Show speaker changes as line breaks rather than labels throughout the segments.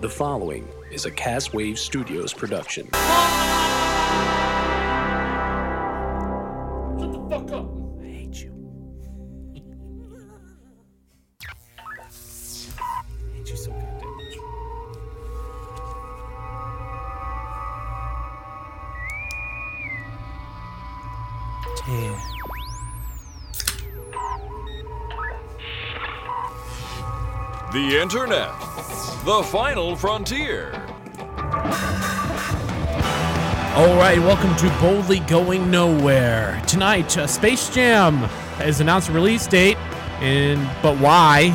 The following is a Caswave Studios production.
Shut the fuck up.
I hate you. I hate you so goddamn much.
Yeah.
The Internet. The final frontier.
All right, welcome to Boldly Going Nowhere. Tonight, uh, Space Jam has announced a release date, and but why?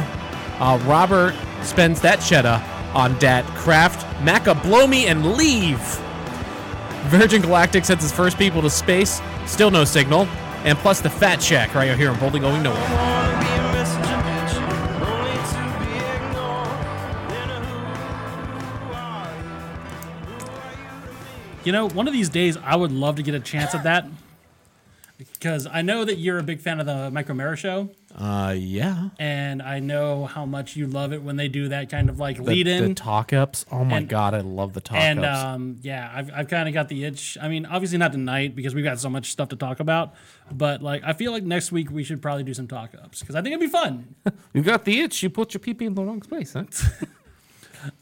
Uh, Robert spends that cheddar on Dat Kraft, Maca, blow me and leave. Virgin Galactic sends its first people to space, still no signal, and plus the fat check right here on Boldly Going Nowhere.
You know, one of these days I would love to get a chance at that. Because I know that you're a big fan of the Micro Mara show,
Uh, yeah.
and I know how much you love it when they do that kind of like
The,
lead in.
the talk ups. Oh my
And-
god, I love the talk
and
ups.
um, yeah, I've, I've kind of got the itch. I mean, obviously not tonight because we've got so much stuff to talk about, but like I feel like next week we should probably do some talk ups because I think it'd be fun.
you got the itch. You put your pee pee in the wrong place, huh?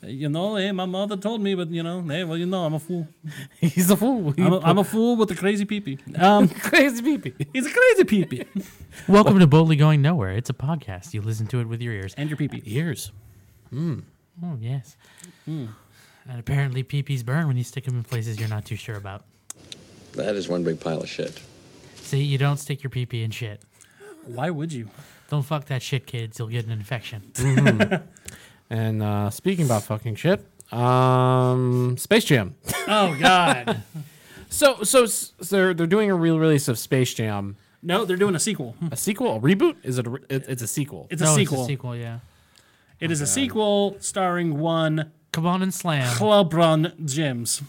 you know, hey, my mother told me, but you know, hey, well, you know, I'm a fool.
He's a fool. He
I'm a, I'm a fool with a crazy peepee. Um,
crazy pee pee.
he's a crazy peepee
Welcome to Boldly Going Nowhere. It's a podcast. You listen to it with your ears.
and your peepee.
Ears.
Oh, yes.
Hmm.
And apparently, peepees burn when you stick them in places you're not too sure about.
That is one big pile of shit.
See, you don't stick your peepee in shit.
Why would you?
Don't fuck that shit, kids. You'll get an infection.
And uh, speaking about fucking shit, um, Space Jam.
Oh God!
So, so, s they're they're doing a real release of Space Jam,
no, they're doing a sequel.
a sequel, a reboot. Is it? A re- it it's a sequel.
It's a
no,
sequel.
it's a sequel, yeah.
It is a sequel starring one
Come on and slam.
Clubron Jims.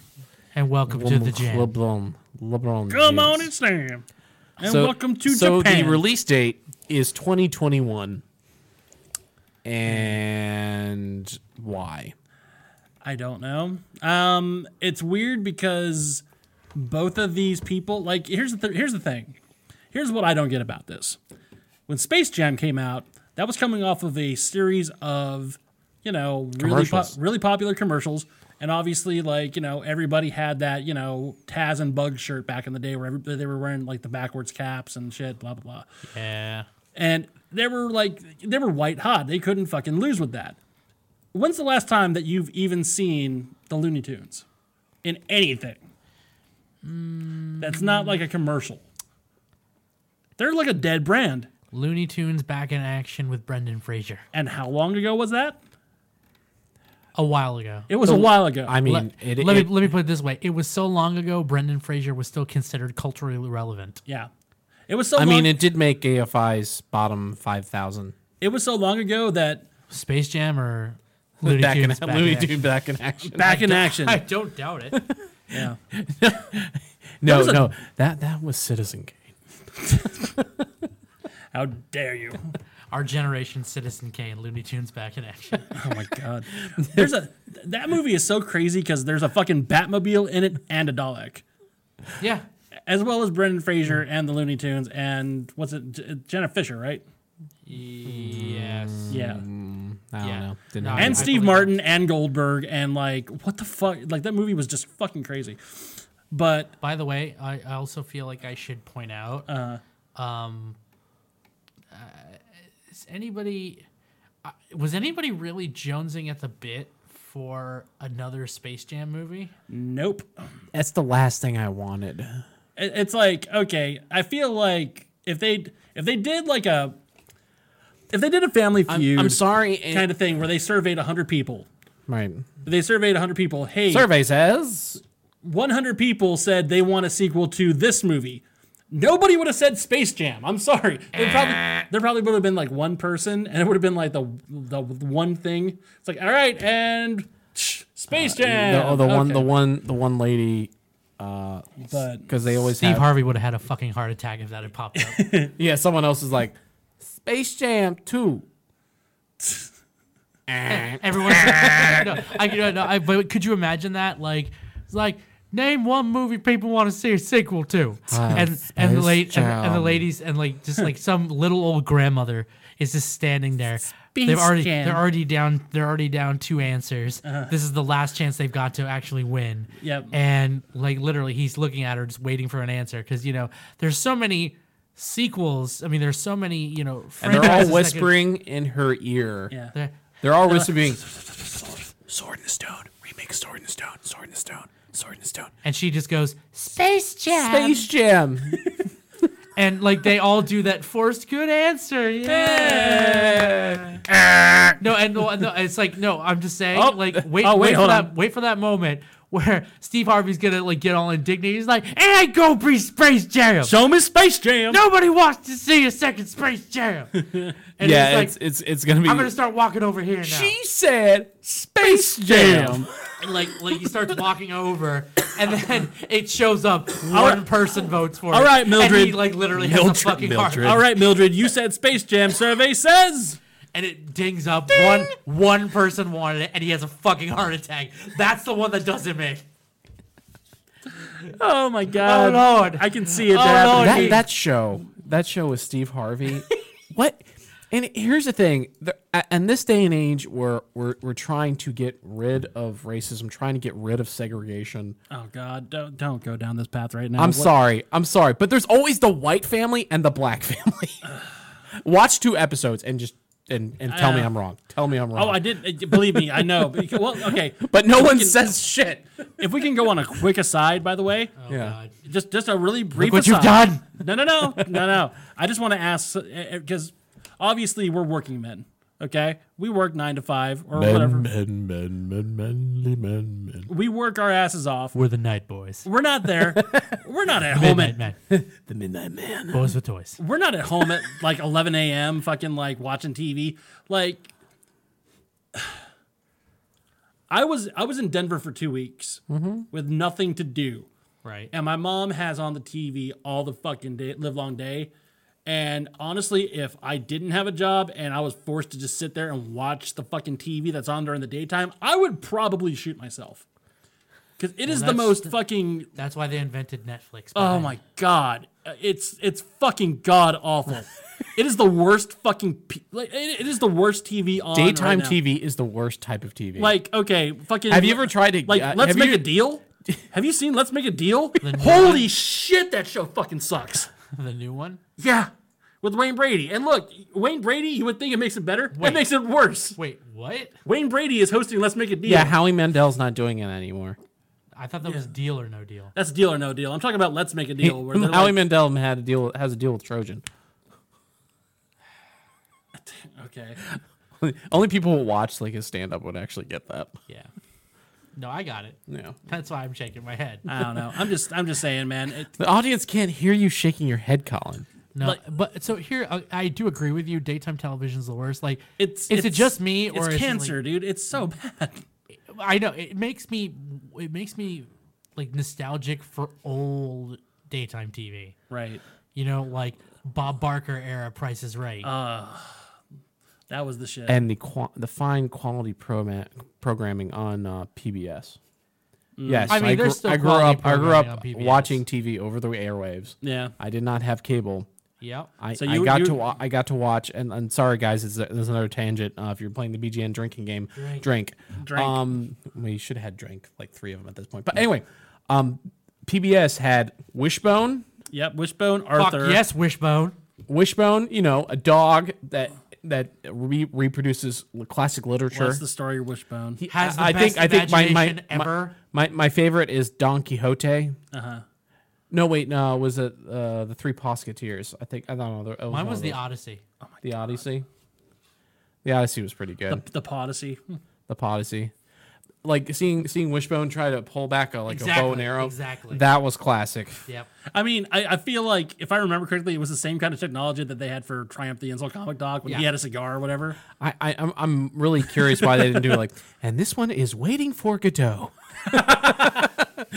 And welcome to the jam.
LeBron. LeBron.
Come
James.
on and slam. And
So-
welcome to
so
Japan.
the release date is 2021. And why?
I don't know. Um, it's weird because both of these people, like, here's the th- here's the thing. Here's what I don't get about this. When Space Jam came out, that was coming off of a series of, you know, really po-
Commercials.
really popular commercials, and obviously, like, you know, everybody had that, you know, Taz and Bug shirt back in the day, where every- they were wearing like the backwards caps and shit, blah blah blah
yeah.
and they were like they were white hot. They couldn't fucking lose with that. When's the last time that you've even seen the Looney Tunes in anything? That's not like a commercial. They're like a dead brand.
Looney Tunes back in action with Brendan Fraser.
And how long ago was that?
A while ago.
It was a while ago.
I mean,
let,
it,
let
it-
me, let me put it this way. It was so long ago, Brendan Fraser was still considered culturally relevant.
yeah, it was so.
I
long,
mean, it did make AFI's bottom 5,000.
it was so long ago that
Space Jam or Looney
back
Tunes?
in,
back
Looney
in action?
Tunes back in action.
back in action.
I don't doubt it.
Yeah.
No,
was a-
no, that that was Citizen Kane.
How dare you?
Our generation, Citizen Kane, Looney Tunes back in action.
Oh my god. There's a that movie is so crazy because there's a fucking Batmobile in it and a Dalek.
Yeah.
as well as Brendan Fraser and the Looney Tunes and what's it, J- Jenna Fisher, right?
Yes.
Yeah,
I don't
Yeah.
know. Didn't have
No, Mm-hmm. I-
and
it.
Steve
believe
Martin and Goldberg and like what the fuck? Like that movie was just fucking crazy. But
By the way, I, I also feel like I should point out. Uh, um, uh, is anybody uh, was anybody really jonesing at the bit for another Space Jam movie?
nope,
that's the last thing I wanted.
It- it's like okay, I feel like if they if they did like a if they did a Family Feud
I'm sorry. it-
kind of thing where they surveyed hundred people,
right.
they surveyed hundred people. Hey,
Survey says
100 people said they want a sequel to this movie. Nobody would have said Space Jam. I'm sorry. There probably, there probably would have been like one person, and it would have been like the the one thing. It's like, all right, and tsh, Space Jam.
the, oh, the one,
Okay.
the one, the one lady,
But
because they always
Steve
have-
Harvey would have had a fucking heart attack if that had popped up.
Yeah, someone else is like Space Jam Two. Eh.
Everyone. no, I, no, no, I, but could you imagine that? Like, it's like name one movie people want to see a sequel to, and and the late and, and the
Jam.
ladies and like just like some little old grandmother is just standing there. they've already
Jam. Uh-huh.
they're already down they're already down two answers. This is the last chance they've got to actually win.
Yep.
And like literally, he's looking at her just waiting for an answer because you know there's so many sequels. I mean, there's so many you know.
And they're
franchises that
all
could-
whispering in her ear.
Yeah.
they're-
They're all whispering.
Sword in the Stone. Remake Sword in the Stone. Sword in the Stone. Sword in the Stone.
and she just goes Space Jam.
Space Jam.
and like they all do that forced good answer. Yeah. no, and no, no, it's like no. I'm just saying,
Oh,
like wait,
oh, wait,
wait, for
hold
that,
on.
wait for that moment where Steve Harvey's gonna like get all indignant. He's like, "And I go pre Space Jam.
Show me Space Jam.
Nobody wants to see a second Space Jam." And
yeah, it's,
he's like,
it's it's gonna be.
I'm gonna start walking over here now.
she said Space Jam.
and like, like he starts walking over, and then it shows up. One person votes for it.
All right,
And he
Mildred.
like literally has
Mildred,
a fucking heart.
Mildred.
All right, Mildred, you said Space Jam. Survey says.
and it dings up. One one person wanted it, and he has a fucking heart attack. That's the one that does it, man.
Oh my God.
Lord.
I can see it.
Oh,
happening.
Lord.
that
Hey.
that show that show with Steve Harvey. what? And here's the thing: the, a- in this day and age, where we're we're trying to get rid of racism, trying to get rid of segregation.
Oh God, don't don't go down this path right now.
I'm
What-
sorry, I'm sorry, but there's always the white family and the black family. Watch two episodes and just and and tell me
Uh,
I'm wrong. Tell me I'm wrong.
Oh, I did. uh, Believe me, I know. But- Well, okay.
but no one
can-
says shit.
If we can go on a quick aside, by the way,
yeah.
just just a really brief.
what you've
aside.
done.
No, no, no, no, no. I just want to ask because obviously we're working men. Okay, we work nine to five or whatever.
Men, men, men, men, men, men.
We work our asses off.
We're the night boys.
We're not there. We're not at home
Midnight
at.
men.
The Midnight Man.
Boys with toys.
We're not at home at like 11 a.m. Fucking like watching TV. Like, I was I was in Denver for two weeks
Mm-hmm.
with nothing to do.
Right.
and my mom has on the TV all the fucking day, live long day. And honestly, if I didn't have a job and I was forced to just sit there and watch the fucking TV that's on during the daytime, I would probably shoot myself. Because it is the
that's
most fucking.
That's why they invented Netflix.
Oh
man.
my god, Uh, it's it's fucking god awful. it is the worst fucking. P- like it, it is the worst TV on right
Daytime
now.
TV is the worst type of TV.
Like okay, fucking.
Have you ever tried to-
like
uh,
Let's
have
Make
you-
a Deal? Have you seen Let's Make a Deal? Holy shit, that show fucking sucks.
The new one.
Yeah, with Wayne Brady. And look, Wayne Brady, you would think it makes it better. It
Wait.
makes it worse.
Wait, what?
Wayne Brady is hosting Let's Make a Deal.
yeah, Howie Mandel's not doing it anymore.
I thought that was Deal or No Deal.
That's Deal or No Deal. I'm talking about Let's Make a Deal. Where they're
Howie
like,
Mandel had a deal has a deal with Trojan.
okay,
Only people who watch like his stand up would actually get that.
Yeah. No, I got it.
Yeah.
That's why I'm shaking my head.
I don't know. I'm just, I'm just saying, man. It,
The audience can't hear you shaking your head, Colin.
No,
Like-
but so here I, I do agree with you. Daytime television's the worst. Like,
it's,
is
it's
it just me or
it's
is it, like-
cancer, dude? It's so bad.
I know it makes me it makes me like nostalgic for old daytime TV.
Right.
You know, like Bob Barker era Price is Right.
Uh,
That was the shit.
And the qua the fine quality program programming on uh, PBS. Yes,
Mm. I
I,
mean,
gr-
there's still
I grew
quality
up. I grew
programming on
up
PBS.
watching TV over the airwaves.
yeah.
I did not have cable.
yep.
I,
So
I
you-
got
you-
to wa- I got to watch and, and sorry guys it's there's another tangent uh, if you're playing the BGN drinking game drink drink,
Drink.
um we should have had drink like three of them at this point but anyway um PBS had Wishbone
Yep. Wishbone,
Fuck
Arthur.
yes, Wishbone.
Wishbone you know a dog that that re- reproduces l- classic literature
What's the story of Wishbone?
Has the
I
best
think I think my my,
imagination ever.
my my favorite is Don Quixote uh huh no wait no was it uh, the Three Posketeers I think I don't know there- it
Mine
one
was
of
the
those.
Odyssey.
The Odyssey. The Odyssey was pretty good. The,
the Podyssey.
Odyssey. Like seeing seeing Wishbone try to pull back a like a bow and
Exactly,
arrow.
exactly.
That was classic.
Yep.
I mean, I, I feel like if I remember correctly, it was the same kind of technology that they had for Triumph the Insult Comic Dog when he
Yeah.
had a cigar or whatever.
I, I I'm I'm really curious why they didn't do like and this one is waiting for Godot.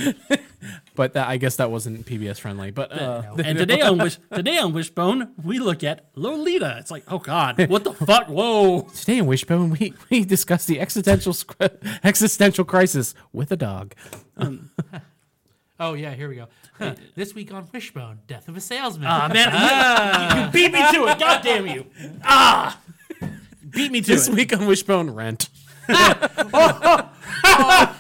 But that, I guess that wasn't PBS friendly. But uh,
And today on Wish today on Wishbone, we look at Lolita. It's like, oh God, what the fuck? Whoa.
today in Wishbone, we we discussed the existential sc- existential crisis with a dog.
Oh yeah, here we go. Huh. This week on Wishbone, Death of a Salesman.
Ah man, you beat me to it. God damn you. Ah beat me to
This
it.
week on Wishbone, rent.
oh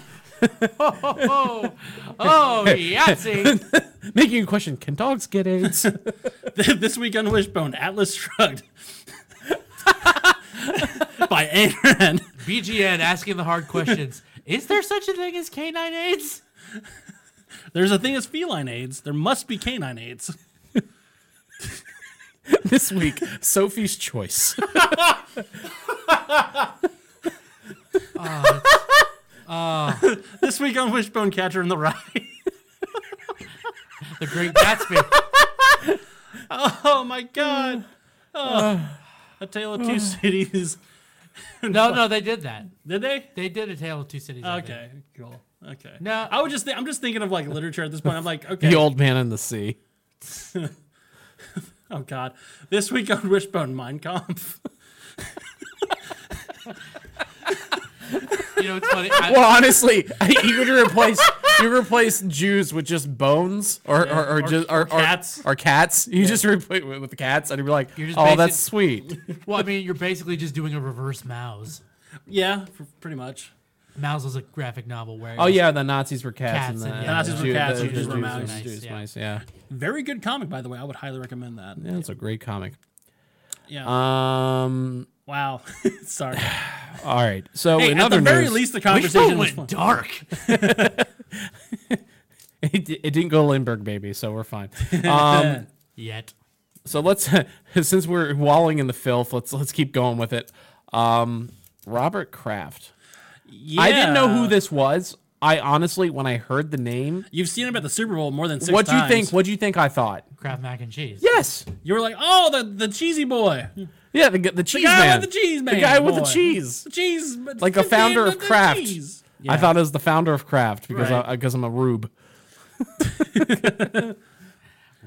Yahtzee.
Making you question: Can dogs get AIDS?
this week on Wishbone, Atlas Shrugged. By Ayn Rand.
BGN asking the hard questions. Is there such a thing as canine AIDS?
There's a thing as feline AIDS. There must be canine AIDS.
this week, Sophie's choice.
This week on Wishbone Catcher in the Rye.
The Great Gatsby.
Oh my god. Oh. a Tale of Two Cities.
No, no, they did that.
Did they?
They did a Tale of Two Cities. I think.
Okay, cool. Okay.
No.
I would just think I'm just thinking of like literature at this point. I'm like, okay.
the old man and the sea.
Oh god. This week on Wishbone Mein Kampf.
You know, it's funny. I,
Well, honestly, you could replace you replace Jews with just bones or or, or, just or, or
cats.
or cats. You just replace with, with cats, and you'd be like,
You're just
"Oh,
basic-
that's sweet."
well, I mean, you're basically just doing a reverse Mao's.
Yeah, pr- pretty much.
Mao's was a graphic novel where. it
Oh
was-
yeah, the Nazis were cats.
Cats
and the,
and- yeah,
and
The Nazis
the
were
Jew-
cats,
the-
Jews
the
were mice.
Jews
Nice, yeah.
mice, yeah.
Very good comic by the way. I would highly recommend that.
yeah, that's a great comic.
Yeah.
Uh, Um,
wow. Sorry.
all right. So
Hey,
in
at the
other
very
news,
least the
Wishbone
conversation was fun.
went dark.
it, di- it didn't go Lindbergh baby, so we're fine. Um,
Yet.
so let's since we're walling in the filth, let's let's keep going with it. Um, Robert Kraft. I didn't know who
Yeah.
this was. I honestly, when I heard the name,
You've seen him at the Super Bowl more than six
what do you
times.
think? What do you think? I thought.
Kraft mac and cheese.
Yes.
You were like, oh, the, the cheesy boy. The
Yeah. The, g- the cheese
guy
man.
with the cheese man.
The guy with the
boy.
cheese.
The cheese.
Like a founder of Kraft. I
Yeah.
thought it was the founder of Kraft because
Right.
I, because I'm a rube.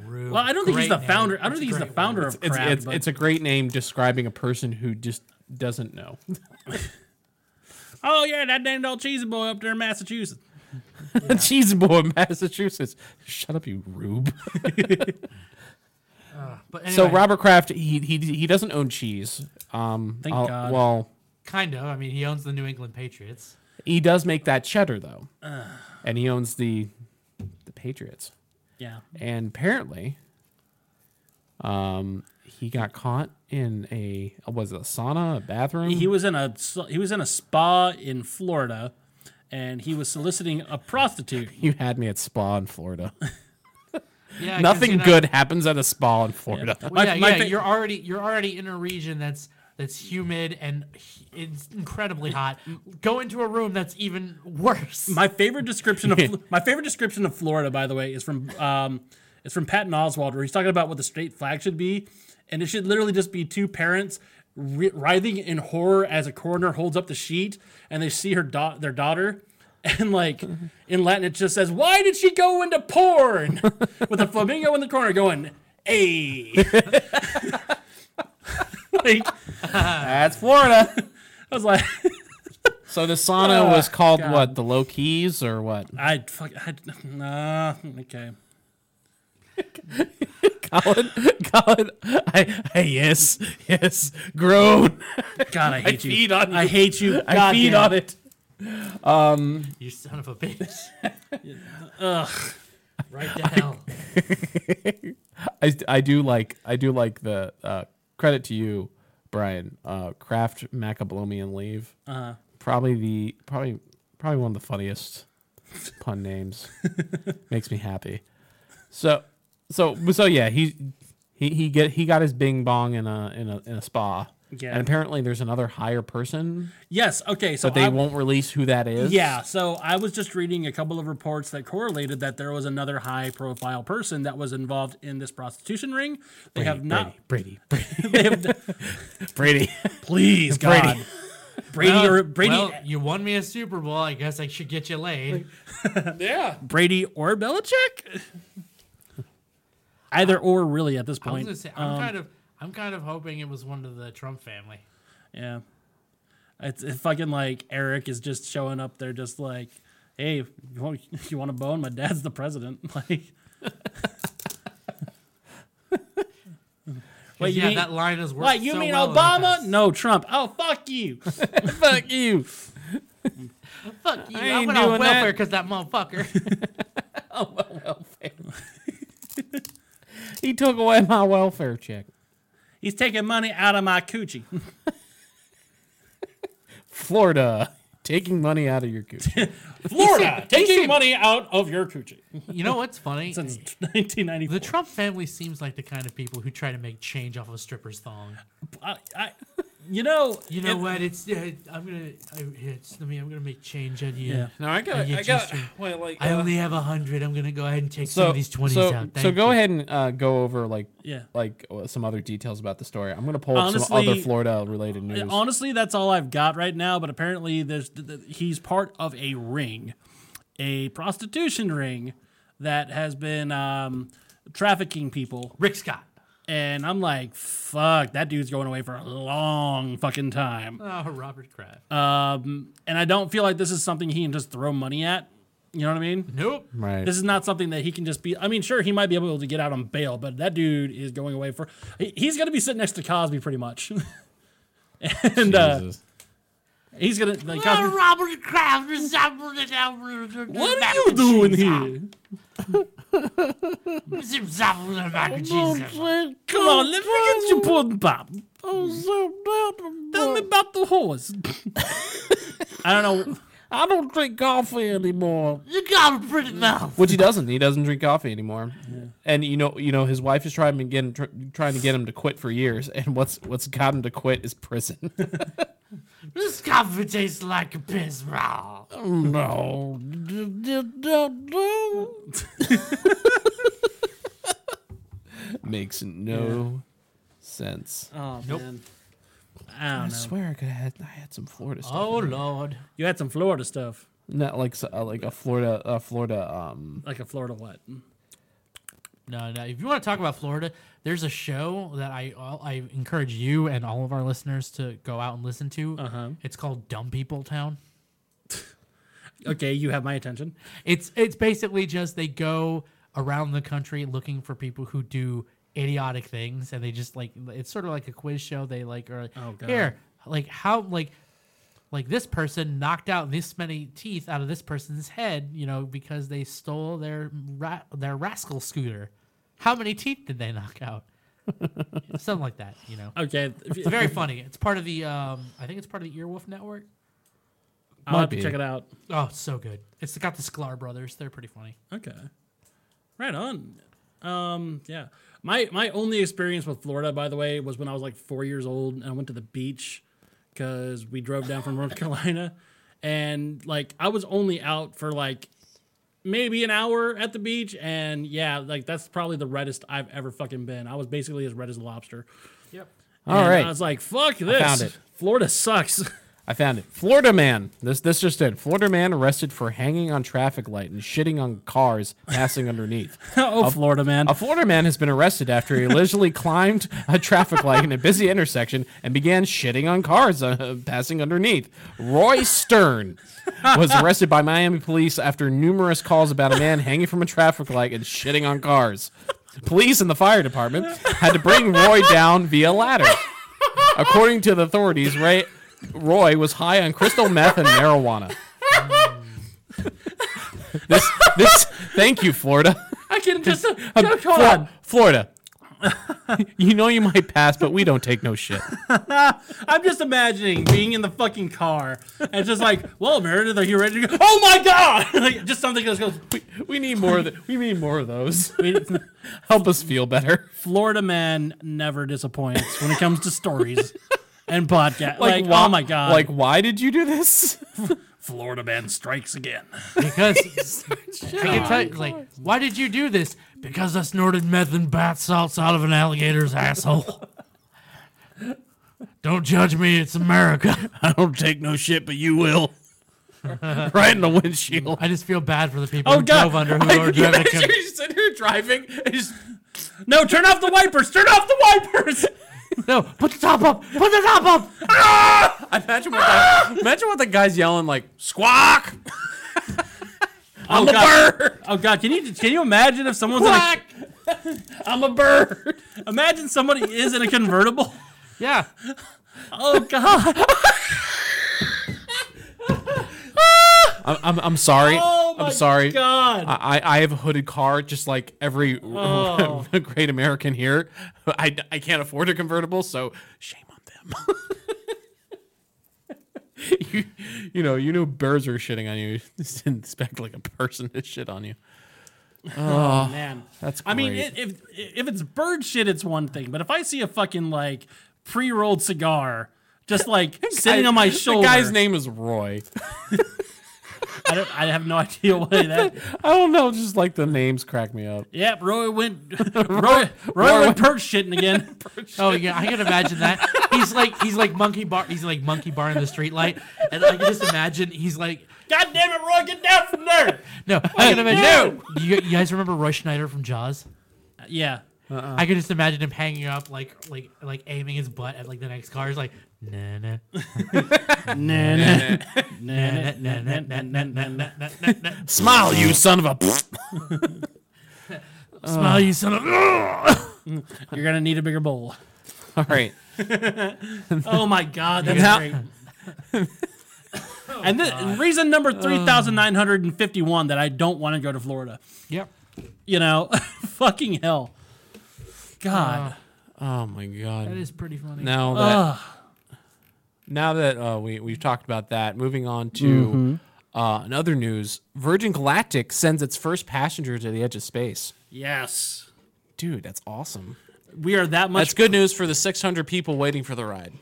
Rude.
Well, I don't think he's
Great
the
name.
founder. I don't
It's a
think he's the
great
founder of
It's
Kraft.
it's,
but-
it's a great name describing a person who just doesn't know.
oh, yeah, that damned old cheesy boy up there in Massachusetts.
The cheese boy in Massachusetts. Shut up, you rube.
word. But anyway,
So Robert Kraft, he he he doesn't own cheese. Um,
Thank
I'll-
God.
Well,
Kind of. I mean, he owns the New England Patriots.
he does make that cheddar though, and he owns the the Patriots.
Yeah.
And apparently, um, he got caught in a was it a sauna, a bathroom?
He was in a he was in a spa in Florida, and he was soliciting a prostitute.
you had me at spa in Florida.
Yeah. 'cause,
Nothing
you know-
good happens at a spa in Florida.
Well,
My-
yeah,
my
yeah,
fa-
you're already you're already in a region that's that's humid and h- it's incredibly hot. Go into a room that's even worse.
My favorite description of my favorite description of Florida, by the way, is from um, it's from Patton Oswald, where he's talking about what the state flag should be, and it should literally just be two parents ri writhing in horror as a coroner holds up the sheet and they see her da- their daughter. And like in Latin, it just says, "Why did she go into porn?" with a flamingo in the corner going, "Hey." like
That's Florida.
I was like,
So the sauna was called what? The Low Keys or what?
I fuck, I nah, okay.
Colin, Colin, I, I yes, yes, groan.
God, I hate you.
feed on
I hate you.
I
God
feed
damn.
on it.
you son of a bitch. Ugh. Right to hell.
I, I do like I do like the uh, credit to you, Brian. Uh, Kraft Macablomian Leave. Uh-huh. Probably the probably probably one of the funniest pun names. Makes me happy. So so so yeah he. He, he get he got his bing bong in a in a in a spa,
Yeah.
and apparently there's another higher person,
Yes. Okay. So
but they
I-
won't release who that is.
Yeah. So I was just reading a couple of reports that correlated that there was another high-profile person that was involved in this prostitution ring. They have not.
Brady, Brady,
They have,
Brady.
please, God.
Brady.
Brady
Well,
or Brady
well, you won me a Super Bowl. I guess I should get you laid.
Brady or Belichick. Either or, really, at this
I was
point.
gonna say I'm kind of I'm kind of hoping it was one of the Trump family.
Yeah. It's, it's fucking like Eric is just showing up there, just like, hey, you want, you want a bone? My dad's the president. Like, wait, you
yeah,
mean,
that line has worked.
what, you
so
mean
well in the
Obama?
past.
No, Trump. Oh, fuck you.
Fuck you.
Fuck you!
I
I
ain't
went on
doing that.
welfare because that motherfucker.
He took away my welfare check.
He's taking money out of my coochie.
Florida taking money out of your coochie.
Florida, taking money out of your coochie
you know what's funny?
since 1994.
The Trump family seems like the kind of people who try to make change off of a stripper's thong.
I, I, you know,
You know
it-
what? It's yeah, I'm gonna. I, it's, I mean, I'm gonna make change on you.
Yeah.
No, I got.
Oh, Yeah,
I got.
just-
Wait, like.
I
uh,
only have a hundred. I'm gonna go ahead and take some
so
of these twenties
so,
out.
so
Thank
go
you.
ahead and uh, go over like
Yeah.
like uh, some other details about the story. I'm gonna pull up some
Honestly-
other Florida related news.
Honestly, that's all I've got right now. But apparently, there's th- th- he's part of a ring, a prostitution ring that has been um, trafficking people.
Rick Scott.
And I'm like, fuck, that dude's going away for a long fucking time.
Oh, Robert Kraft.
Um, and I don't feel like this is something he can just throw money at. You know what I mean?
nope.
right.
This is not something that he can just be. I mean, sure, he might be able to get out on bail, but that dude is going away for. he- He's going to be sitting next to Cosby pretty much. and uh,
Jesus.
he's going to. Like,
Oh,
Cosby,
Robert Kraft resembled it. What
What are you doing here? Come on, let me get you pulled pop. Tell me about the horse. I don't know.
I don't drink coffee anymore.
You got a pretty mouth.
Which he doesn't. He doesn't drink coffee anymore. And you know, you know, his wife is trying to get him, tr- trying to get him to quit for years. And what's what's got him to quit is prison.
This coffee tastes like a piss raw.
no, makes no sense.
Oh, man. I don't
I
know.
swear I could have had, I had some Florida stuff.
Oh Lord.
You had some Florida stuff.
Not like s- uh, like a Florida, uh, Florida. Um,
Like a Florida what?
No, no. If you want to talk about Florida, there's a show that I I encourage you and all of our listeners to go out and listen to. Uh-huh. It's called Dumb People Town.
Okay, you have my attention.
It's it's basically just they go around the country looking for people who do idiotic things, and they just like it's sort of like a quiz show. They like are like,
Oh, God.
here like how like like this person knocked out this many teeth out of this person's head, you know, because they stole their ra- their rascal scooter. How many teeth did they knock out? Something like that, you know.
Okay, if you-
It's very funny. It's part of the um, I think it's part of the Earwolf Network.
I'll have
might
to
be.
check it out.
Oh, it's so good. It's got the Sklar brothers. They're pretty funny.
Okay, right on. Um, yeah. My my only experience with Florida, by the way, was when I was like four years old and I went to the beach because we drove down from North Carolina, and like I was only out for like maybe an hour at the beach, and yeah, like that's probably the reddest I've ever fucking been. I was basically as red as a lobster.
all
And
right,
I was like, fuck this.
found it.
Florida sucks.
I found it. Florida man. This this just did. Florida man arrested for hanging on traffic light and shitting on cars passing underneath.
oh, Florida man.
A Florida man has been arrested after he allegedly climbed a traffic light in a busy intersection and began shitting on cars uh, passing underneath. Roy Stern was arrested by Miami police after numerous calls about a man hanging from a traffic light and shitting on cars. Police and the fire department had to bring Roy down via ladder. According to the authorities, Ray, Roy was high on crystal meth and marijuana. this, this, thank you, Florida.
I can just.
Um,
Joe,
Flo-
hold on.
Florida. you know you might pass, but we don't take no shit.
I'm just imagining being in the fucking car and it's just like, well, Meredith, are you ready to go? Oh my god! like just something that goes.
We need more of th- we need more of those. Help us feel better.
Florida man never disappoints when it comes to stories and podcast. Like,
why-
oh my god!
Like why did you do this?
Florida man strikes again.
Because I can tell you, like, why did you do this? Because I snorted meth and bath salts out of an alligator's asshole. Don't judge me. It's America.
I don't take no shit, but you will. right in the windshield.
I just feel bad for the people
Oh
who
god!
drove under who
I-
are
you
driving.
imagine you're sitting here driving. and just- no, turn off the wipers. Turn off the wipers.
No, put the top up. Put the top up.
Imagine what, that, imagine what the guy's yelling like, squawk! I'm a bird!
Oh god! Can you can you imagine if someone's in a,
Quack! I'm a bird!
imagine somebody is in a convertible?
Yeah.
Oh god!
I'm, I'm, I'm sorry.
Oh my
I'm sorry.
God!
I, I have a hooded car, just like every
Oh.
great American here. I, I can't afford a convertible, so shame on them. you, you know, you knew birds were shitting on you. You just didn't expect like a person to shit on you.
Man,
That's
I mean,
great.
it, if if it's bird shit, it's one thing. But if I see a fucking like pre-rolled cigar just like sitting on my shoulder,
The guy's name is Roy.
I, don't, I have no idea what that.
I don't know, just like the names crack me up.
Yep, Roy went. Roy, Roy,
Roy
went perch shitting again.
Oh yeah, I can imagine that. He's like he's like monkey bar. He's like monkey bar in the streetlight, and I can just imagine he's like.
God damn it, Roy, get down from there!
No, I can imagine. No. You, you guys remember Roy Schneider from Jaws?
Yeah.
I could just imagine him hanging up, like, like, like aiming his butt at like the next car. He's like, nah, nah,
Nah, nah,
nah,
nah,
nah, nah, nah, nah, nah, nah, nah, nah, nah.
Smile, you son of a.
Smile, you son of.
Mm, You're gonna need a bigger bowl.
All right.
Oh my god, that's
Now-
great. and the reason number 3951 that I don't want to go to Florida.
Yep.
You know, fucking hell. God.
Oh my god.
That is pretty funny.
Now that now that uh, we we've talked about that, moving on to uh, in other news, Virgin Galactic sends its first passenger to the edge of space.
yes.
Dude, that's awesome.
We are that much
That's good news for the 600 people waiting for the ride.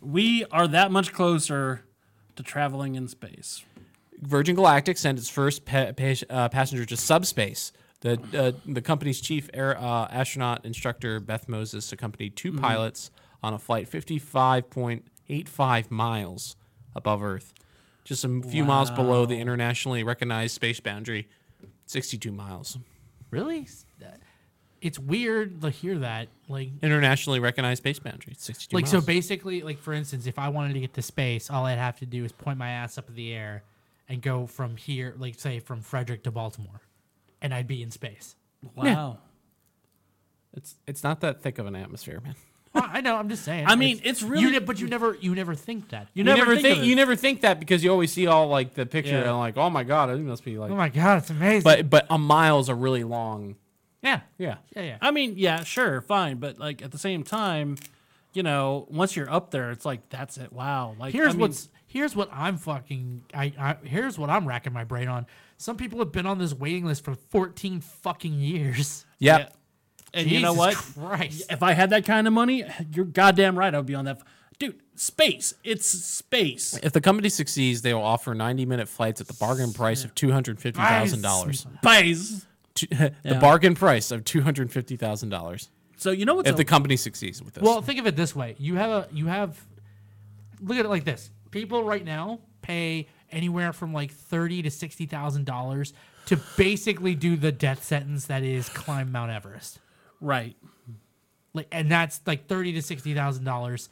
we are that much closer to traveling in space.
Virgin Galactic sent its first pa- pa- uh, passenger to subspace. The uh, the company's chief air uh, astronaut instructor Beth Moses accompanied 2 pilots on a flight 55.85 miles above Earth, just a few miles below the internationally recognized space boundary, 62 miles.
really, That- it's weird to hear that. Like,
Internationally recognized space boundary, 62.
like so
miles.
basically, like for instance, if I wanted to get to space, all I'd have to do is point my ass up in the air and go from here, like say from Frederick to Baltimore, and I'd be in space.
Wow.
it's it's not that thick of an atmosphere, man.
Well, I know. I'm just saying.
I mean,
It's-
it's
you,
really
ne- but you never, you never think that.
you
You never, think,
of it.
you never think that because you always see all like the picture
Yeah.
and like oh my god, it must be like
Oh my god, it's amazing.
but but a mile is a really long.
yeah,
Yeah.
yeah, yeah.
I mean, yeah, sure, fine, but like at the same time, you know, once you're up there, it's like that's it. Wow. Like
here's
I mean,
what's here's what I'm fucking I, I here's what I'm racking my brain on. Some people have been on this waiting list for 14 fucking years.
Yep.
Yeah. and you know
Jesus
what?
Christ.
If I had that kind of money, you're goddamn right, I would be on that. f- Dude, space. It's space.
If the company succeeds, they will offer 90 minute flights at the bargain price of $250,000.
Space.
Two- The bargain price of $250,000
So you know what's
if the
a,
company succeeds with this.
Well, think of it this way. You have a you have look at it like this. People right now pay anywhere from like 30 to 60,000 dollars to basically do the death sentence that is climb Mount Everest.
right.
Like and that's like 30 to 60,000 dollars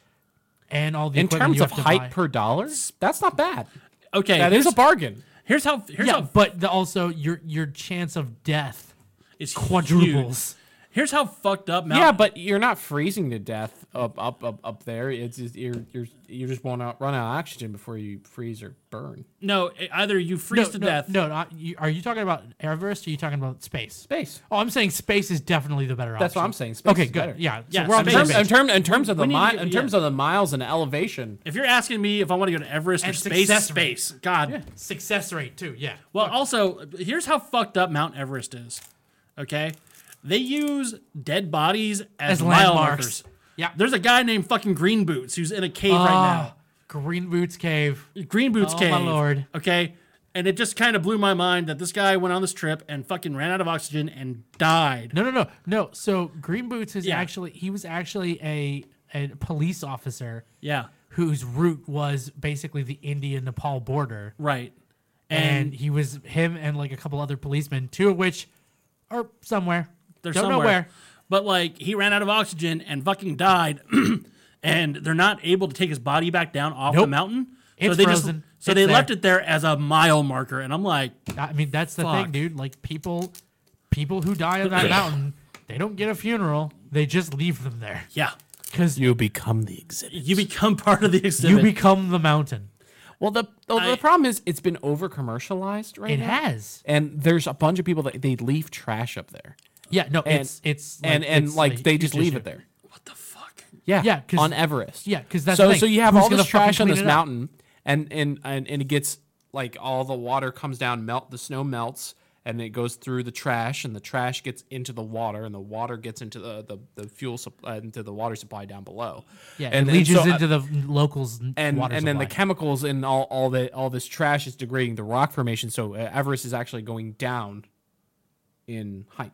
and all the
in
equipment
terms
you
of
have to
height
buy.
per dollar, that's not bad.
Okay.
That
here's,
is a bargain.
here's how here's
Yeah,
how
but the, also your your chance of death
it's huge.
quadruples.
Here's how fucked up Mount
Yeah, but you're not freezing to death up up up, up there. It's just, you're you're you just won't out, run out of oxygen before you freeze or burn.
No, e- either you freeze
no,
to
no,
death.
No, not, you, are you talking about Everest? Or are you talking about space?
Space.
Oh, I'm saying space is definitely the better option.
That's what I'm saying. Space
okay,
is
good.
better.
Yeah, so
Yeah,
we're on
In
the
space
same
terms,
is
page.
in term- in terms of the
we need to
mi-
get-
in terms
yeah.
of the miles and elevation,
If you're asking me if I want to go to Everest or
And
space,
success rate.
space. God,
Success rate too. Yeah.
Well, also, here's how fucked up Mount Everest is. Okay, they use dead bodies as,
As
mile markers.
landmarks. Yeah.
There's a guy named fucking Green Boots who's in a cave right
Green Boots Cave.
now. Green Boots
Oh,
cave.
my lord.
Okay, and it just kind of blew my mind that this guy went on this trip and fucking ran out of oxygen and died.
No, no, no, no. So Green Boots is
Yeah.
actually he was actually a a police officer
Yeah.
whose route was basically the India Nepal border.
Right.
And,
And,
he was him and like a couple other policemen, two of which are somewhere.
they're
Don't
somewhere.
know where.
But like he ran out of oxygen and fucking died, and they're not able to take his body back down off the
Nope.
mountain. so
It's
they
frozen.
just so
It's
they left
there.
it there as a mile marker, and I'm like,
I mean, that's the
Fuck.
thing, dude. Like people, people who die on that mountain, they don't get a funeral. They just leave them there
yeah,
because
You become the exhibit.
you become part of the
you
exhibit.
become the mountain.
Well, the the,
I-
the problem is it's been over commercialized right
It
now.
has.
And there's a bunch of people that they leave trash up there,
Yeah, no,
and
it's it's
and
like,
and
it's
like
a
they just
huge
leave
issue.
it there.
what the fuck?
Yeah,
Yeah, 'cause-
on Everest.
Yeah, because that's
so
the thing.
so you have
Who's
all
gonna
this
fucking
trash on
clean
this
it up?
mountain, and and and and it gets like all the water comes down, melt the snow melts, and it goes through the trash, and the trash gets into the water, and the water gets into the the, the fuel supply into the water supply down below.
Yeah,
and
and it
then-
leaches
so, uh,
into the locals' n-
and
water
and then the
supply.
chemicals and all all the all this trash is degrading the rock formation. So uh, Everest is actually going down in height.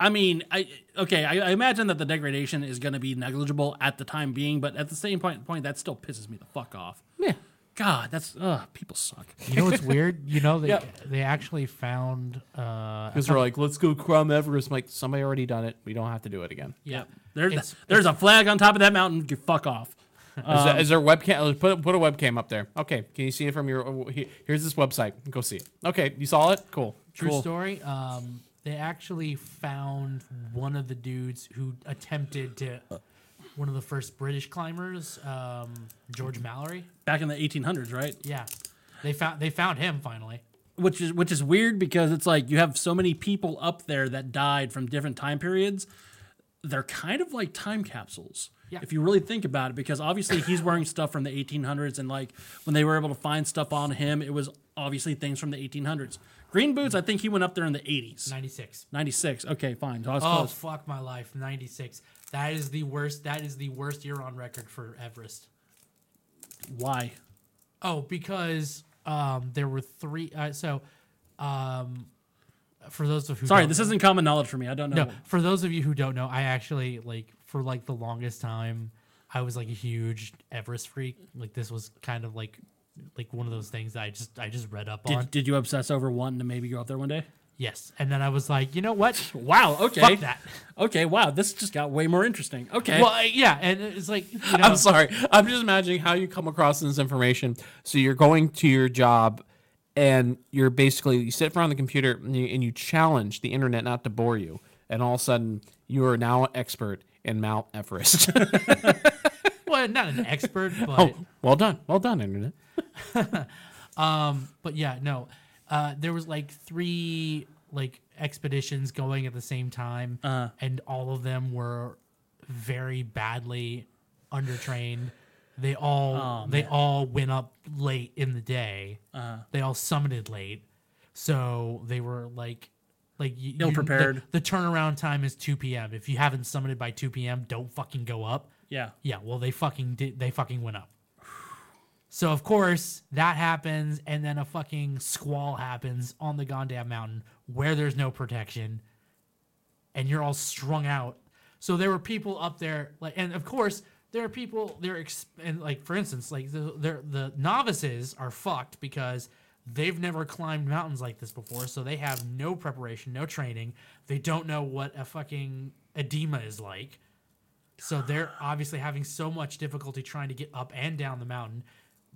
I mean, I okay, I, I imagine that the degradation is going to be negligible at the time being, but at the same point, point that still pisses me the fuck off.
Yeah,
God, that's ugh, people suck.
you know what's weird? You know they they actually found uh,
because we're like, let's go climb Everest. I'm like somebody already done it. We don't have to do it again.
Yeah, there's
It's-
there's a flag on top of that mountain. Get fuck off.
Is,
Um,
there, is there a webcam? let's Put, put a webcam up there. Okay. Can you see it from your? oh, he- Here's this website. Go see it. Okay. You saw it? Cool.
True
Cool.
story. Um, they actually found one of the dudes who attempted to, one of the first British climbers, um,
Mm-hmm.
George Mallory.
Back in the 1800s, right?
Yeah, they found they found him finally.
which is which is weird because it's like you have so many people up there that died from different time periods. They're kind of like time capsules.
Yeah.
If you really think about it, because obviously he's wearing stuff from the 1800s, and like when they were able to find stuff on him, it was obviously things from the 1800s. Green Boots, I think he went up there in the 80s,
Ninety six.
96. Okay, fine. So I was
Oh
close.
fuck my life. Ninety six. That is the worst. That is the worst year on record for Everest.
Why?
Oh, because um, there were three. Uh, so, um, for those of who
Sorry,
don't
this
know-
isn't common knowledge for me. I don't know.
No, for those of you who don't know, I actually like for like the longest time, I was like a huge Everest freak. Like this was kind of like like one of those things that I just I just read up on.
Did, did you obsess over wanting to maybe go up there one day?
yes, and then I was like, you know what?
Wow. Okay.
Fuck that.
Okay. Wow. This just got way more interesting. Okay.
Well, I- yeah, and it's like you know,
I'm sorry. I'm just imagining how you come across this information. So you're going to your job, and you're basically you sit in front of the computer and you, and you challenge the internet not to bore you, and all of a sudden you are now an expert in Mount Everest.
well, not an expert, but
oh, well done. Well done, internet.
but yeah, no. Uh, there was like three like expeditions going at the same time, and all of them were very badly undertrained. They all they all went up late in the day. They all summited late, so they were like like you, you- the-
Ill-prepared.
The, turnaround time is two p.m. If you haven't summited by two p.m., don't fucking go up.
yeah.
Yeah, well, they fucking did. They fucking went up. So of course that happens, and then a fucking squall happens on the goddamn mountain where there's no protection, and you're all strung out. So there were people up there, like, and of course there are people there, ex- and like for instance, like the they're- the novices are fucked because they've never climbed mountains like this before, so they have no preparation, no training. They don't know what a fucking edema is like. So they're obviously having so much difficulty trying to get up and down the mountain,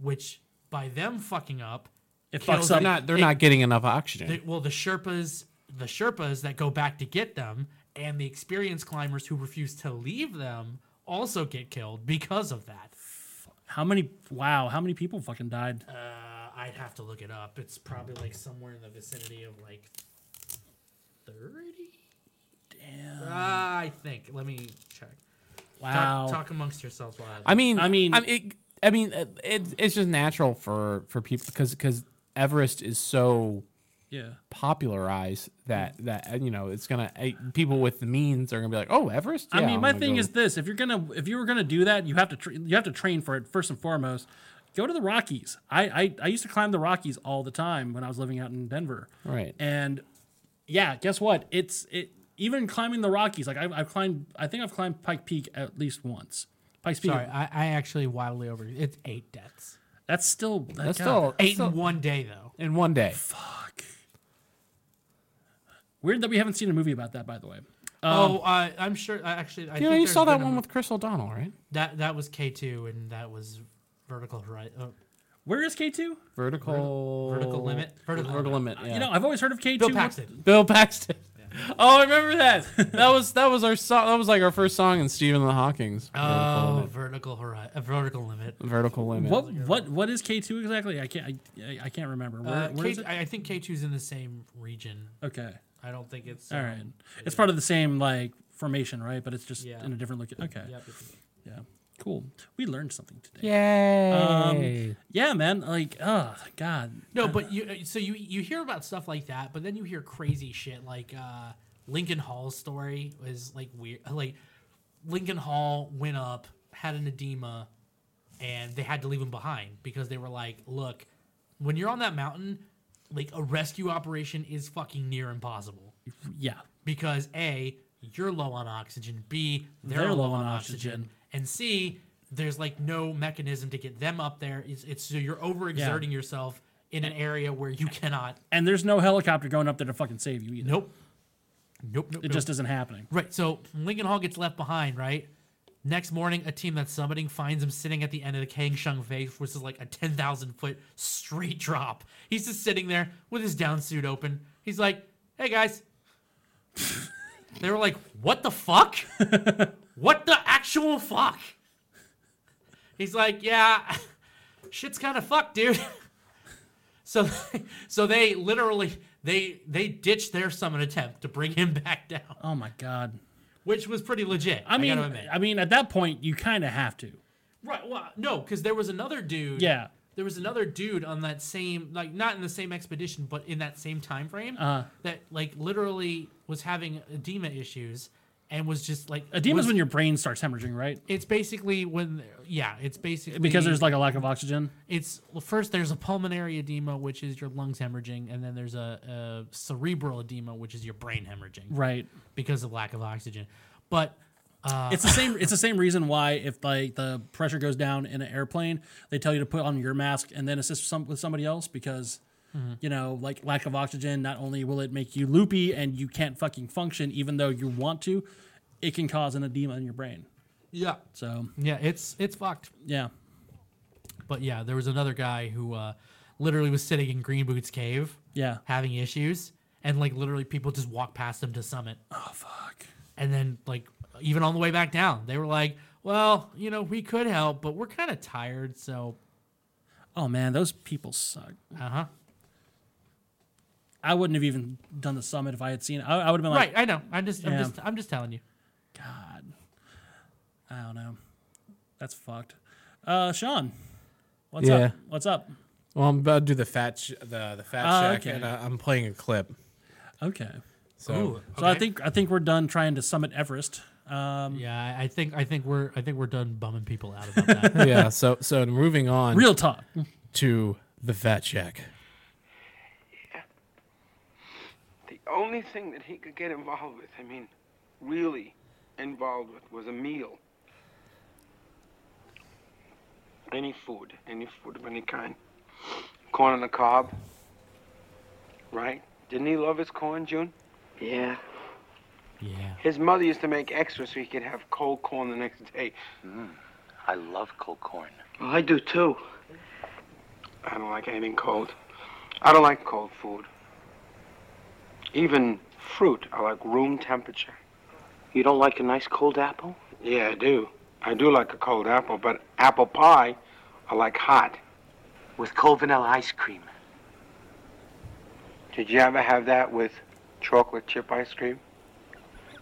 which by them fucking up,
It fucks up.
kills it.
They're not. They're not getting enough oxygen.
the- well, the Sherpas, the Sherpas that go back to get them, and the experienced climbers who refuse to leave them also get killed because of that.
How many? Wow, how many people fucking died?
Uh, I'd have to look it up. It's probably like somewhere in the vicinity of like thirty. Damn. Ah, I think. Let me check.
Wow.
Talk, talk amongst yourselves while I.
I mean,
I mean-
I mean, it, I mean, uh, it, it- it's just natural for for people because because Everest is so
Yeah.
popularized that that uh, you know it's gonna eh, people with the means are gonna be like, oh, Everest.
I
Yeah,
mean,
I'm
my
gonna
thing
go."
is this: if you're gonna, if you were gonna do that, you have to, tra- you have to train for it first and foremost. Go to the Rockies. I, I, I used to climb the Rockies all the time when I was living out in Denver.
Right.
And yeah, guess what? It's it even climbing the Rockies. Like I, I've climbed, I think I've climbed Pike Peak at least once. Pike speaking.
Sorry, I, I actually wildly over. It's eight deaths.
That's still
That's still
God,
Eight
eight
in one day, though.
in one day.
weird that we haven't seen a movie about that. By the way,
oh, uh, I'm sure. I actually, I
You know,
think
you
there's
saw that
been a-
one with Chris O'Donnell, right?
that. That was K two, and that was vertical right. Uh,
where is K two?
Vertical.
Vertical Limit?
Oh. Vertical,
Vertical
limit. yeah.
Uh, You know, I've always heard of K
Bill
two.
Paxton.
Bill Paxton. Oh, I remember that. That was that was our song. That was like our first song in Stephen the Hawking's. Vertical
Oh,
Limit.
vertical horizon. Uh, vertical limit.
Vertical limit.
What what what is K two exactly? I can't I, I- I can't remember. Where,
Uh,
where is
K-
it?
I I think K two's in the same region.
Okay,
I don't think it's.
all
um,
right. It's part of the same like formation, right? But it's just
Yeah.
in a different look. Okay,
Yep.
yeah, cool. We learned something today.
Yay!
Yeah, man. Like, oh God,
No, but you. uh, So you you hear about stuff like that, but then you hear crazy shit like uh, Lincoln Hall's story was like weird. uh, Like Lincoln Hall went up, had an edema, and they had to leave him behind because they were like, look, when you're on that mountain, like a rescue operation is fucking near impossible.
yeah.
because a you're low on oxygen b they're, low, on oxygen, and c there's like no mechanism to get them up there it's, it's so you're overexerting yourself in an area where you cannot
And there's no helicopter going up there to fucking save you either.
nope nope nope,
It
nope.
just isn't happening.
right so lincoln hall gets left behind right next morning a team that's summiting finds him sitting at the end of the kangshung face which is like a 10000 foot straight drop he's just sitting there with his down suit open he's like hey guys they were like, "What the fuck? what the actual fuck?" He's like, "Yeah, shit's kind of fucked, dude." so, so they literally they they ditched their summon attempt to bring him back down,
Oh my God.
which was pretty legit.
I mean,
gotta admit.
I mean, at that point, you kind of have to.
right? Well, no, because there was another dude.
Yeah.
There was another dude on that same, like, not in the same expedition, but in that same time frame
Uh-huh.
that, like, literally was having edema issues and was just like
Edema's
was-
when your brain starts hemorrhaging, right?
It's basically when, yeah, it's basically
Because there's like a lack of oxygen.
it's well, first there's a pulmonary edema, which is your lungs hemorrhaging, and then there's a, a cerebral edema, which is your brain hemorrhaging
Right.
because of lack of oxygen. But uh,
it's the same. It's the same reason why if like the pressure goes down in an airplane, they tell you to put on your mask and then assist some, with somebody else because you know like lack of oxygen. Not only will it make you loopy and you can't fucking function even though you want to, it can cause an edema in your brain.
yeah,
So
yeah, it's it's fucked.
yeah,
But yeah, there was another guy who uh, literally was sitting in Green Boots Cave
yeah.
having issues, and like literally people just walk past him to summit.
Oh fuck.
And then, like, even on the way back down, they were like, well, you know, we could help, but we're kind of tired. So,
Oh man, those people suck.
uh huh.
I wouldn't have even done the summit if I had seen. it. I, I would have been like,
Right. I know. I'm just, I'm
Yeah.
just, I'm just telling you.
God, I don't know. That's fucked. Uh, Sean, what's
Yeah.
up? What's up?
Well, I'm about to do the fat sh- the the fat
Ah,
check,
okay.
and uh, I'm playing a clip.
Okay.
So
So I think I think we're done trying to summit Everest. Um,
Yeah, I- I think, I think we're, I think we're done bumming people out about that.
yeah, so so moving on
real talk.
to the fat check.
The only thing that he could get involved with, I mean, really involved with, was a meal. Any food, any food of any kind. Corn on the cob, right? Didn't he love his corn, June?
Yeah.
yeah.
His mother used to make extra so he could have cold corn the next day.
Mm, I love cold corn.
Well, I do too.
I don't like anything cold. I don't like cold food. Even fruit, I like room temperature.
You don't like a nice cold apple?
Yeah, I do. I do like a cold apple, but apple pie, I like hot.
With cold vanilla ice cream.
Did you ever have that with chocolate chip ice cream?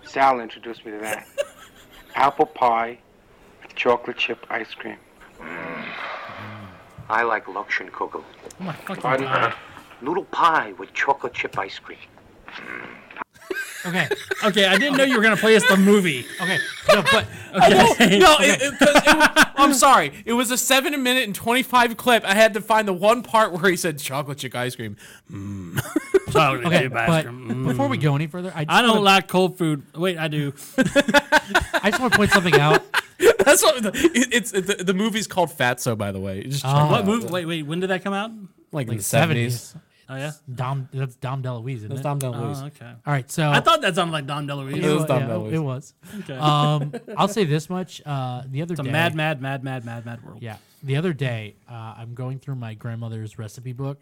Sal introduced me to that. Apple pie with chocolate chip ice cream.
Mm. I like lokshen kugel.
Oh my fucking
Pardon?
god.
Noodle pie with chocolate chip ice cream.
Okay.
Okay, I didn't know you were gonna play us the movie.
Okay. No, but
No, it, it- 'cause it was- I'm sorry. It was a seven minute and 25 clip. I had to find the one part where he said chocolate chip ice cream.
okay, but before we go any further, I just
I don't
wanna,
like cold food. Wait, I do.
I just want to point something out.
That's what the, it- it's it, the, the movie's called Fatso, by the way. Just check it
Uh,
What
out.
movie? Wait, wait. When did that come out?
Like, in the
70s.
seventies.
Oh yeah.
Dom, that's Dom DeLuise, isn't it?
Dom DeLuise.
Oh, okay.
All right, so
I thought that sounded like Don
it
DeLuise.
was
was.
Dom
yeah,
DeLuise.
It was. Um, I'll say this much: uh, the other
It's a
day,
mad, mad, mad, mad, mad, mad world.
Yeah. The other day, uh, I'm going through my grandmother's recipe book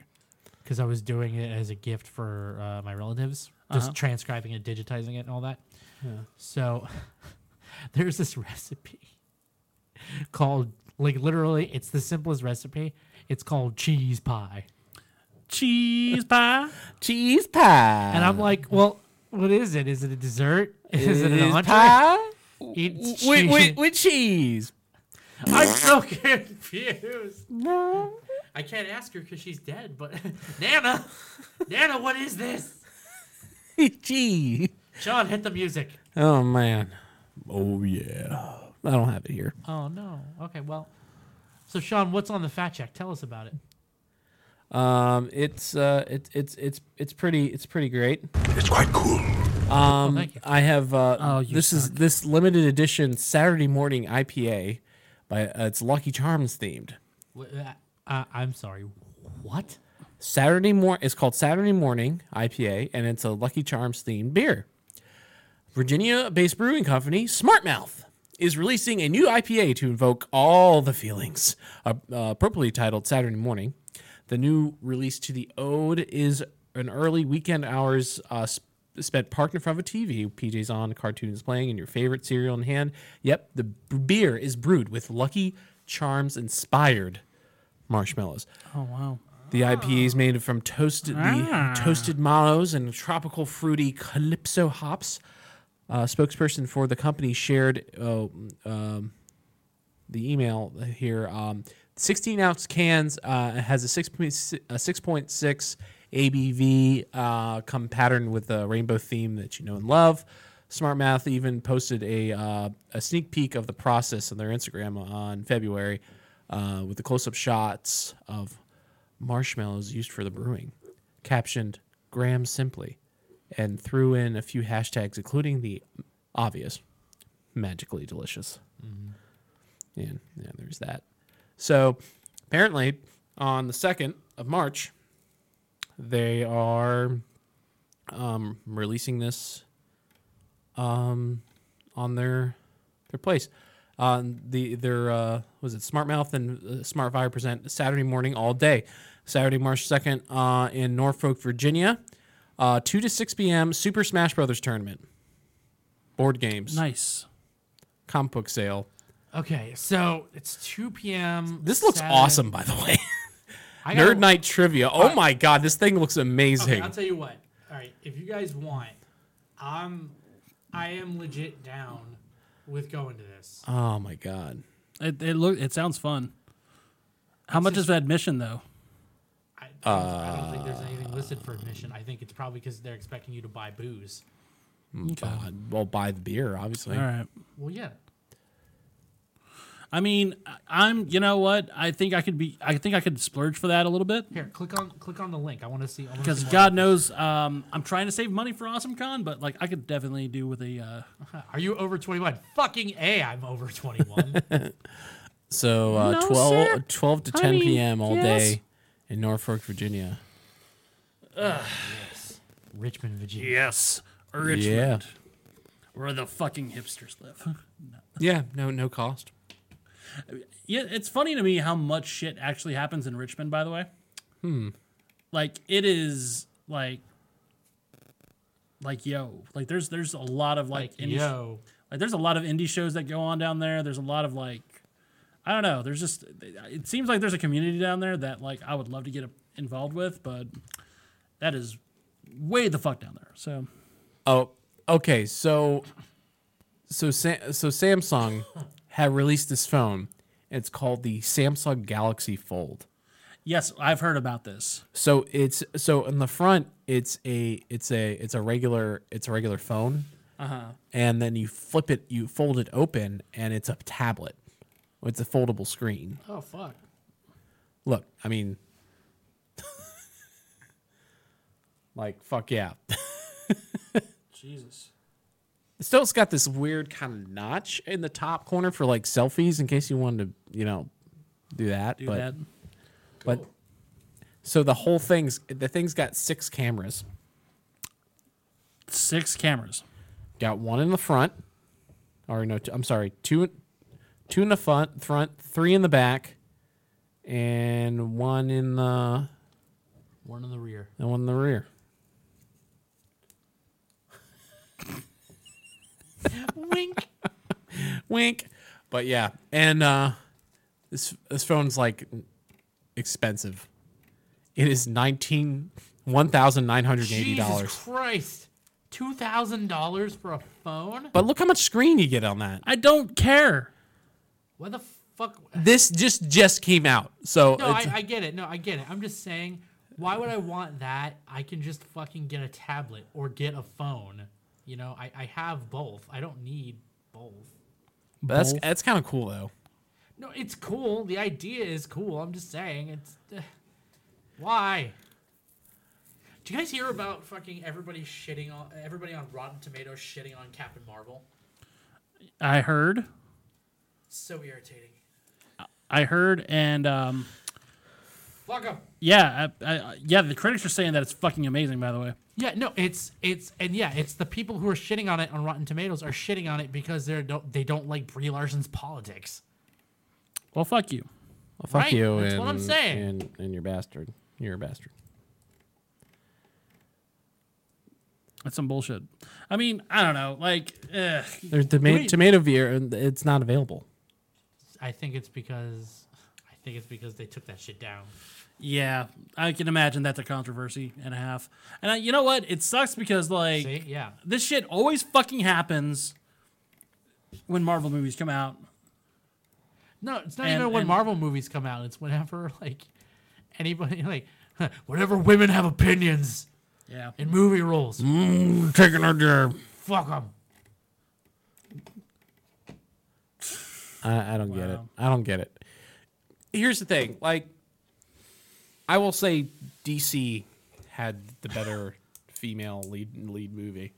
because I was doing it as a gift for uh, my relatives, just transcribing it, digitizing it, and all that. So there's this recipe called, like, literally, it's the simplest recipe. It's called cheese pie.
Cheese pie.
Cheese pie.
And I'm like, well, what is it? Is it a dessert? Is it an
Cheese
entree?
pie.
It's
Wait,
cheese.
wait, with cheese.
I'm so confused. I can't ask her because she's dead, but Nana, Nana, what is this?
cheese.
Sean, hit the music.
Oh man. Oh yeah. I don't have it here.
Oh no. Okay, well, so Sean, what's on the fat check? Tell us about it.
Um, it's uh, it's it's it's it's pretty it's pretty great.
It's quite cool.
Mm.
Oh, thank you.
I have uh,
Oh, you
this is this limited edition Saturday morning IPA by uh, it's Lucky Charms themed.
Wh- uh, Uh, I'm sorry. What?
Saturday morning. It's called Saturday Morning IPA, and it's a Lucky Charms themed beer. Virginia-based brewing company Smart Mouth is releasing a new IPA to invoke all the feelings. Uh, uh, appropriately titled Saturday Morning, the new release to the ode is an early weekend hours uh, sp- spent parked in front of a TV, PJs on, cartoons playing, and your favorite cereal in hand. Yep, the b- beer is brewed with Lucky Charms inspired marshmallows.
Oh wow. Ah.
The IPA is made from toasted the toasted mallows and tropical fruity calypso hops. Uh, spokesperson for the company shared oh, um, the email here. Um, 16 ounce cans uh, has a 6.6 a 6.6 ABV uh, come patterned with the rainbow theme that you know and love. Smart Math even posted a, uh, a sneak peek of the process on their Instagram on February uh, with the close up shots of marshmallows used for the brewing, captioned Graham Simply, and threw in a few hashtags, including the obvious, magically delicious. And yeah, there's that. So apparently, on the 2nd of March, they are um, releasing this um, on their their place. Um, the their uh, was it Smart Mouth and uh, Smart Fire present Saturday morning all day, Saturday March second uh, in Norfolk, Virginia, uh, two to six p.m. Super Smash Brothers tournament, board games,
Nice.
comic book sale.
Okay, so it's 2 p.m.
This looks
Saturday.
awesome, by the way.
I gotta-
Nerd Night Trivia. Oh my God, this thing looks
Okay,
amazing.
I'll tell you what. All right, if you guys want, I'm, I am legit down with going to this.
oh my God.
It, it look. It sounds fun. How much is admission though?
I, I don't think
Uh.
there's anything listed for admission. I think it's probably because they're expecting you to buy booze.
God. Well, buy the beer, obviously.
All right.
Well, yeah.
I mean, I- I'm. You know what? I think I could be. I think I could splurge for that a little bit
Here, click on click on the link. I want to see. I wanna
because
see more.
God knows, um, I'm trying to save money for Awesome Con, but like I could definitely do with a. Uh,
are you over twenty one? Fucking a, I'm over twenty one.
So uh,
No,
12,
sir.
12 to
I
10
mean,
p.m. all
yes.
day in Norfolk, Virginia.
Richmond, Virginia.
yes, Richmond, where the fucking hipsters live.
Yeah, no no cost.
Yeah, it's funny to me how much shit actually happens in Richmond, by the way. Hmm. Like it is like like yo. Like there's there's a lot of like,
Like,
indie
yo,
like there's a lot of indie shows that go on down there. There's a lot of like I don't know, there's just it seems like there's a community down there that like I would love to get uh, involved with, but that is way the fuck down there. So
Oh, okay. So so Sa- so Samsung had released this phone. It's called the Samsung Galaxy Fold.
yes, I've heard about this.
So it's so in the front it's a it's a it's a regular it's a regular phone.
Uh-huh.
And then you flip it, you fold it open and it's a tablet. It's a foldable screen.
oh fuck.
Look, I mean like fuck yeah.
Jesus.
It still's got this weird kind of notch in the top corner for like selfies in case you wanted to, you know, do that.
Do
but
that.
but so the whole thing's the thing's got six cameras.
Six cameras.
Got one in the front, or no, two, I'm sorry, two, two in the front, front, three in the back, and one in the
One in the rear.
and one in the rear.
Wink.
Wink. But yeah, and uh, this this phone's like expensive. It is nineteen one thousand nine hundred eighty
Jesus
dollars.
Christ. Two thousand dollars for a phone?
But look how much screen you get on that.
I don't care.
Why the fuck?
This just just came out, so
No, I,
it's-
I get it. No, I get it. I'm just saying, why would I want that? I can just fucking get a tablet or get a phone. You know, I, I have both. I don't need both.
but that's that's kind of cool though.
No, it's cool. The idea is cool. I'm just saying, it's eh, why. Do you guys hear about fucking everybody shitting on everybody on Rotten Tomatoes shitting on Captain Marvel?
I heard.
So irritating.
I heard, and um,
Fuck 'em.
yeah, I, I, yeah. The critics are saying that it's fucking amazing. By the way,
Yeah, no, it's it's and yeah, it's the people who are shitting on it on Rotten Tomatoes are shitting on it because they're don't they don't like Brie Larson's politics.
well, fuck you.
Well, fuck
Right,
you.
that's
and,
what I'm saying.
And and you're a bastard. You're a bastard.
That's some bullshit. I mean, I don't know. Like, ugh.
There's tomato tomato beer, and it's not available.
I think it's because I think it's because they took that shit down.
yeah, I can imagine that's a controversy and a half. And I, you know what? It sucks because like
See, yeah,
this shit always fucking happens when Marvel movies come out.
no, it's not
And-
even when
and-
Marvel movies come out. It's whenever like anybody like huh, whenever women have opinions
Yeah,
in movie roles,
Mm. Taking our job.
fuck them.
I, I don't get it. I don't get it. Here's the thing. Like, I will say DC had the better female lead lead movie.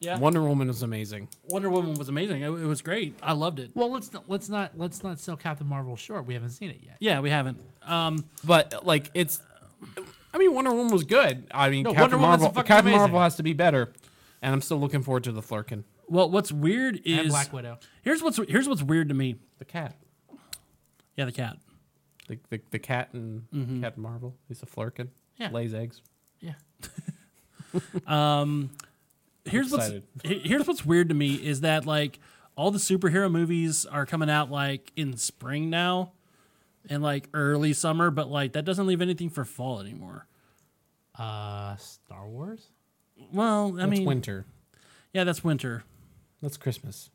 yeah.
Wonder Woman is amazing.
Wonder Woman was amazing. It, it was great. I loved it.
Well, let's not let's not let's not sell Captain Marvel short. We haven't seen it yet.
Yeah, we haven't. Um,
But like, it's. I mean, Wonder Woman was good. I mean,
No, Wonder
Captain
Woman's
Marvel.
fucking
Captain
amazing.
Marvel has to be better, and I'm still looking forward to the Flurkin,
well, what's weird is
And Black Widow.
Here's what's here's what's weird to me.
the cat,
Yeah, the cat.
the the, the cat and Captain Marvel. He's a Flurkin.
Yeah.
Lays eggs.
Yeah.
here's what's
excited.
he- here's what's weird to me is that like all the superhero movies are coming out like in spring now and like early summer but like that doesn't leave anything for fall anymore
Uh, Star Wars.
well i
That's
mean
winter.
yeah that's winter
That's Christmas.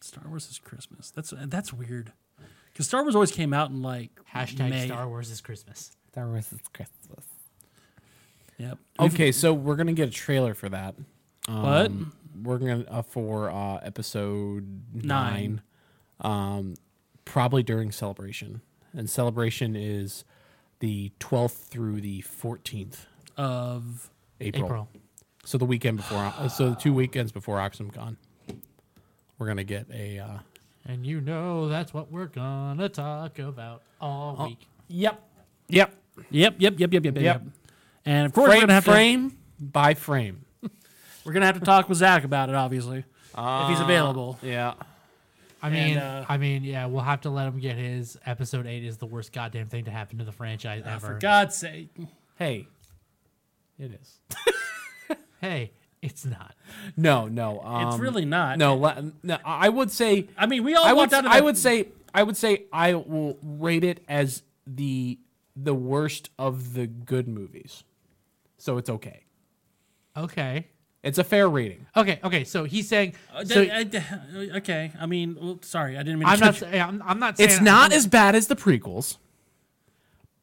star wars is christmas that's that's weird because star wars always came out in like
Hashtag
May.
Star Wars is Christmas.
Star Wars is Christmas.
yep
Okay, so we're gonna get a trailer for that.
but
Um, We're gonna uh, for uh, episode
Nine.
nine, um, probably during celebration, and celebration is the twelfth through the fourteenth
of
April.
April.
So the weekend before, uh, so the two weekends before OxumCon, we're gonna get a. Uh,
And you know that's what we're gonna talk about all week.
yep. Yep.
Oh. yep yep yep yep yep yep,
Yep.
yep. and of course we're
Frame,
gonna have to
frame by frame.
we're gonna have to talk with zach about it obviously if
Ah.
he's available
Yeah.
I mean,
uh,
I mean, yeah, we'll have to let him get his. Episode eight is the worst goddamn thing to happen to the franchise ever.
for god's sake
Hey. It is.
Hey, it's not.
No, no. Um,
it's really not
No, la- no. I would say.
I mean, we all
I
walked
would.
out of
I
that-
would say. I would say. I will rate it as the the worst of the good movies. So it's okay.
Okay,
It's a fair rating.
okay, okay. So he's saying. so,
D- I- d- Uh, okay, I mean, well, sorry, I didn't mean. To
I'm not.
cut
sa- I'm, I'm not saying.
It's not as bad as the prequels,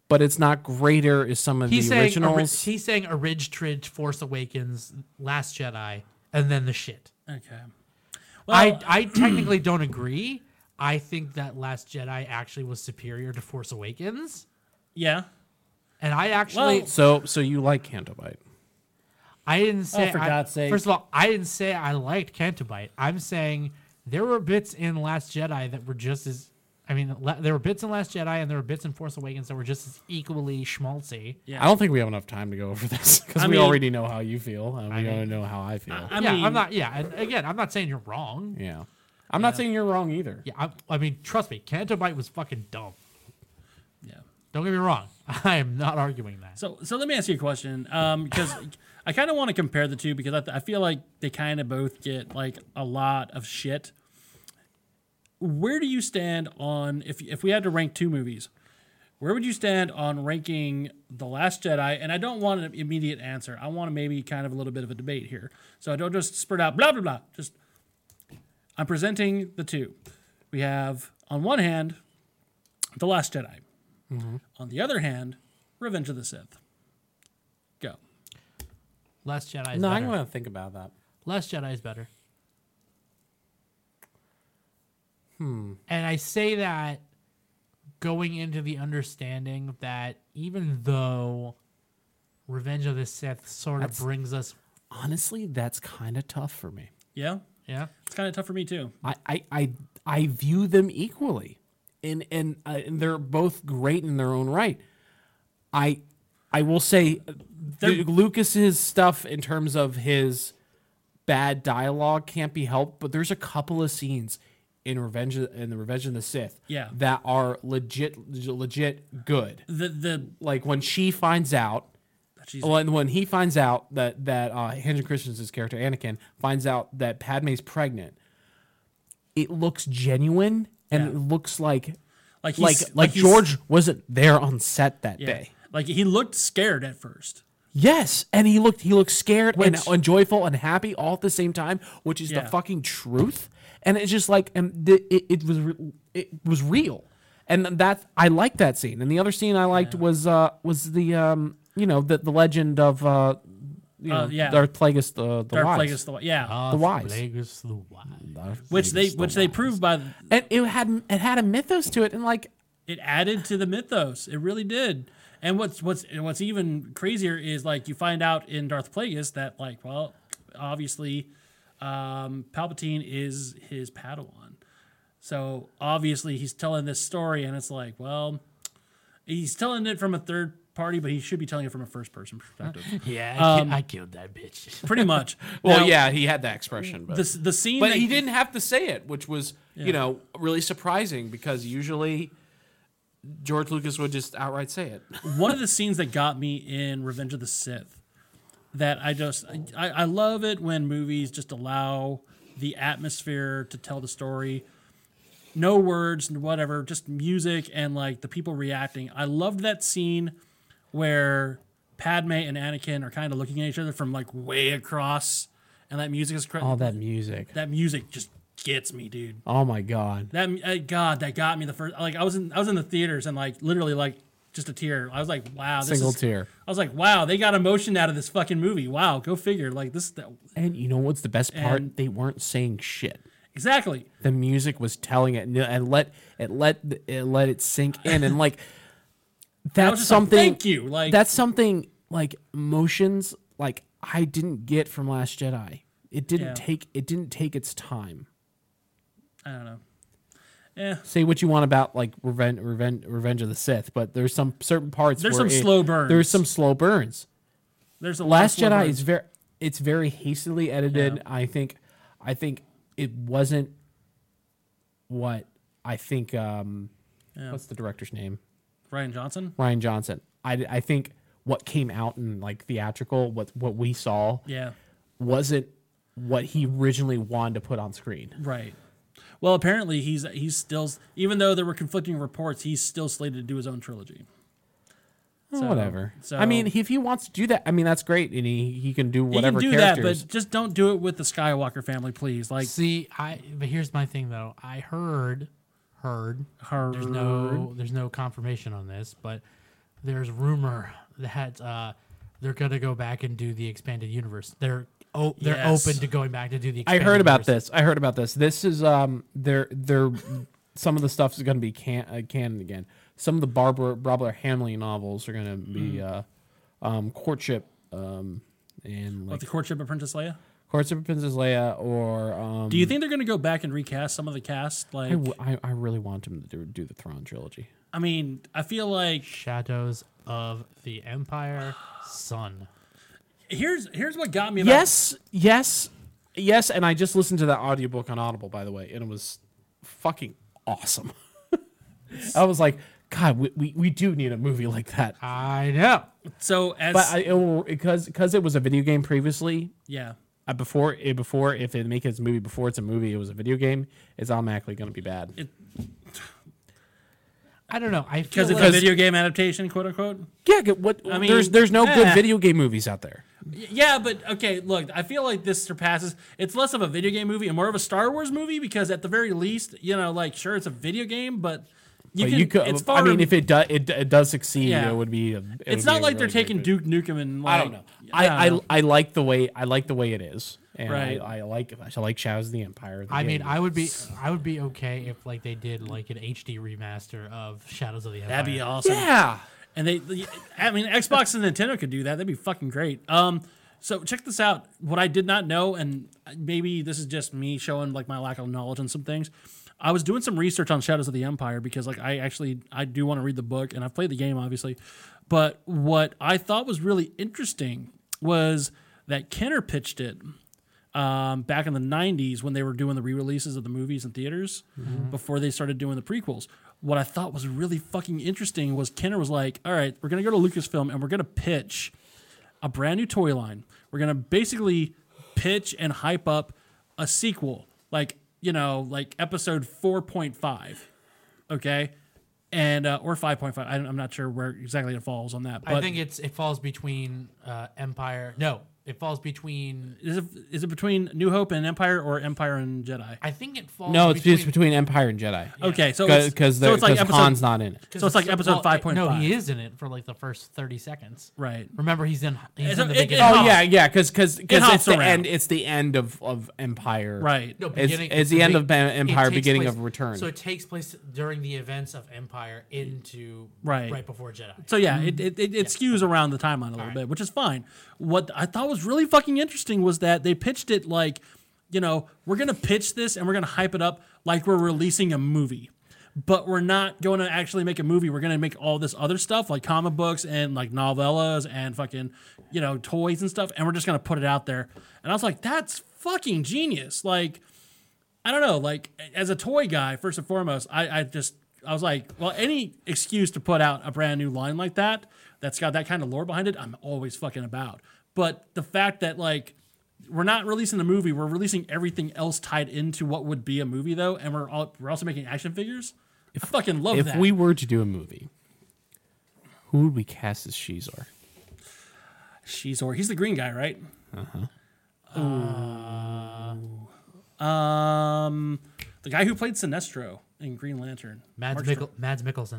but it's not greater as some of
He's
the
saying.
originals.
ori- he's saying a Ridge Tridge Force Awakens, Last Jedi, and then the shit.
you- Okay. Well,
I I technically don't agree. I think that Last Jedi actually was superior to Force Awakens,
yeah.
and I actually
Well-
so, so you like Cantobite?
I didn't say.
Oh, for
I-
God's sake.
First of all, I didn't say I liked Cantabite. I'm saying there were bits in Last Jedi that were just as. I mean, la- there were bits in Last Jedi and there were bits in Force Awakens that were just as equally schmaltzy.
I don't think we have enough time to go over this because
I
we
mean-
already know how you feel and we already know how I feel.
I
yeah,
mean,
I'm not. Yeah, and again, I'm not saying you're wrong.
yeah. I'm not saying you're wrong either.
Yeah, I, I mean, trust me, Cantabite was fucking dumb.
Yeah.
Don't get me wrong. I am not arguing that.
So, so let me ask you a question, because I kind of want to compare the two because I, th- I feel like they kind of both get like a lot of shit. Where do you stand on if if we had to rank two movies? Where would you stand on ranking The Last Jedi? And I don't want an immediate answer. I want maybe kind of a little bit of a debate here. So I don't just spread out blah blah blah. Just I'm presenting the two. We have on one hand The Last Jedi. On the other hand, Revenge of the Sith. Go.
Last Jedi is
No, I'm
better.
going to think about that.
Last Jedi is better. Hmm. And I say that going into the understanding that even though Revenge of the Sith sort
That's-
of brings us,
Honestly, that's kind of tough for me.
Yeah,
yeah,
it's kind of tough for me too.
I, I, I, I view them equally, and and, uh, and they're both great in their own right. I I will say uh, Lu- Lucas's stuff in terms of his bad dialogue can't be helped, but there's a couple of scenes in Revenge of, in the Revenge of the Sith
Yeah.
that are legit legit good.
The the
Like when she finds out
Jesus.
when when he finds out that that uh, Hayden Christensen's character Anakin finds out that Padme's pregnant, it looks genuine and
Yeah.
it looks like
like he's,
like like,
he's-
George wasn't there on set that
yeah.
day.
Like he looked scared at first.
Yes, and he looked he looked scared
Which-
and, and joyful and happy all at the same time, which is
Yeah.
the fucking truth. And it's just like and the, it, it was re- it was real, and that I liked that scene. And the other scene I liked was uh was the um you know the the legend of uh you know
Uh, yeah.
Darth Plagueis the the Ah,
Darth
Wise.
Plagueis the yeah,
The wise.
Plagueis the wise.
which they which they proved by
and it had it had a mythos to it, and like
it added to the mythos. It really did. And what's what's and what's even crazier is like you find out in Darth Plagueis that like well, obviously, um, Palpatine is his Padawan, so obviously he's telling this story, and it's like well, he's telling it from a third party, but he should be telling it from a first person perspective,
Yeah, I, ki- I killed that bitch.
pretty much.
well
Now,
yeah he had that expression, but
the s- the scene,
but
that-
he didn't have to say it, which was you know really surprising because usually George Lucas would just outright say it.
one of the scenes that got me in Revenge of the Sith that I just I, I love it when movies just allow the atmosphere to tell the story. No words and whatever, just music and like the people reacting. I loved that scene where Padme and Anakin are kind of looking at each other from like way across, and that music is cra-
that music!
that music just gets me, dude.
Oh my god!
That uh, God, that got me the first. Like I was in, I was in the theaters and like literally like just a tear. I was like, wow, this
Single
is-
tear.
I was like, wow, they got emotion out of this fucking movie. Wow, go figure. Like this, that,
And you know what's the best part?
And-
they weren't saying shit.
exactly.
The music was telling it, and- and let it let it let it sink in, and like that's
just like,
something.
"Thank you," like-
that's something like emotions like I didn't get from Last Jedi. It didn't
Yeah.
take it didn't take its time.
I don't know.
say what you want about like revenge, revenge, revenge of the Sith, but there's some certain parts.
There's
where
some
it-
slow burns.
There's some slow burns.
There's a
Last
lot
Jedi
of words.
is very, it's very hastily edited. I think, I think it wasn't what I think. Um, What's the director's name?
Ryan Johnson.
Ryan Johnson. I, I think what came out in like theatrical, what what we saw,
Yeah,
wasn't what he originally wanted to put on screen.
right. Well, apparently he's he's still even though there were conflicting reports, he's still slated to do his own trilogy. So-
Eh, Whatever.
so-
I mean, if he wants to do that, I mean that's great, and he, he can do whatever
he can do
characters.
that, but just don't do it with the Skywalker family, please. Like,
See, I but here's my thing though. I heard, heard,
Heard.
There's no, there's no confirmation on this, but there's rumor that uh, they're gonna go back and do the expanded universe. They're oh, they're
Yes.
open to going back to do the.
I
Expanded
heard about
universe.
this. I heard about this. This is um, they're they're some of the stuff is going to be can uh, canon again. Some of the
Mm.
Hmm. Barbara Barbara Hamley novels are going to be uh, um, courtship um, and
What
like
the courtship of Princess Leia?
Courtship of Princess Leia or um,
Do you think they're gonna go back and recast some of the cast? Like,
I, w- I, I really want him to do, do the Thrawn trilogy.
I mean, I feel like
Shadows of the Empire Sun.
here's here's what got me. About,
Yes, yes, yes. And I just listened to that audiobook on Audible, by the way, and it was fucking awesome. I was like, God, we, we, we do need a movie like that.
I know.
So as
But I, it, will- because because it was a video game previously,
yeah,
uh, before it before if they make it as a movie before it's a movie, it was a video game. It's automatically going to be bad.
I don't know. I feel
because it's
like
a video game adaptation, quote unquote.
yeah, g- what?
I mean,
there's there's no good
yeah.
video game movies out there.
Y- Yeah, but okay, look, I feel like this surpasses. It's less of a video game movie and more of a Star Wars movie because at the very least, you know, like sure it's a video game, but you
But
can.
you could.
it's far.
I mean, if it does it, it does succeed,
Yeah.
it would be. A, it
it's
would be
not
a
like they're
really great
taking
movie.
Duke Nukem and like,
I don't know. I, I,
don't know.
I like the way I like the way it is, and
Right.
I, I like I like Shadows of the Empire. the
I mean,
game.
I would be, I would be okay if like they did like an HD remaster of Shadows of the Empire.
that'd be awesome.
yeah.
And they, the- I mean, Xbox and Nintendo could do that. That'd be fucking great. Um, so check this out. What I did not know, and maybe this is just me showing like my lack of knowledge on some things. I was doing some research on Shadows of the Empire because like I actually I do want to read the book and I've played the game obviously, but what I thought was really interesting was that Kenner pitched it um, back in the 90s when they were doing the re-releases of the movies in theaters before they started doing the prequels what i thought was really fucking interesting was kenner was like all right we're going to go to lucasfilm and we're going to pitch a brand new toy line we're going to basically pitch and hype up a sequel like you know like episode 4.5 okay and uh, or 5.5 I don't, i'm not sure where exactly it falls on that but
I think it's it falls between uh, Empire. No, it falls between.
is it, is it between new hope and empire or empire and jedi
I think it falls.
No, it's
between,
just between Empire and Jedi
okay Oh, so
because
it's-
because
so it's like episode
Han's not in it.
So it's like episode
well, it-
5.5.
No, he is in it for like the first thirty seconds.
Right.
Remember, he's in. He's
So
in the
it- it-
beginning.
Oh,
Oh yeah, yeah, because because
hops
it's the
around.
end. It's the end of of Empire.
Right. No,
It's, it's the end of Ba-
it
Empire,
takes
beginning
place-
of Return.
So it takes place during the events of Empire into
Right.
right before Jedi.
So yeah, it it, it, it skews around the timeline a little bit, which is fine. What I thought was really fucking interesting was that they pitched it like, you know, we're gonna pitch this and we're gonna hype it up like we're releasing a movie. But we're not going to actually make a movie. We're going to make all this other stuff, like comic books and like novellas and fucking, you know, toys and stuff. And we're just going to put it out there. And I was like, that's fucking genius. Like, I don't know. Like as a toy guy, first and foremost, I, I just I was like, well, any excuse to put out a brand new line like that that's got that kind of lore behind it, I'm always fucking about. But the fact that like we're not releasing a movie, we're releasing everything else tied into what would be a movie though, and we're all, we're also making action figures. I fucking love
if
that.
we were to do a movie, who would we cast as Shizor?
She's or he's the green guy, right? Uh-huh. um, the guy who played Sinestro in Green Lantern,
Mads,
Mark
Mickel, Mads Mikkelsen.
Str-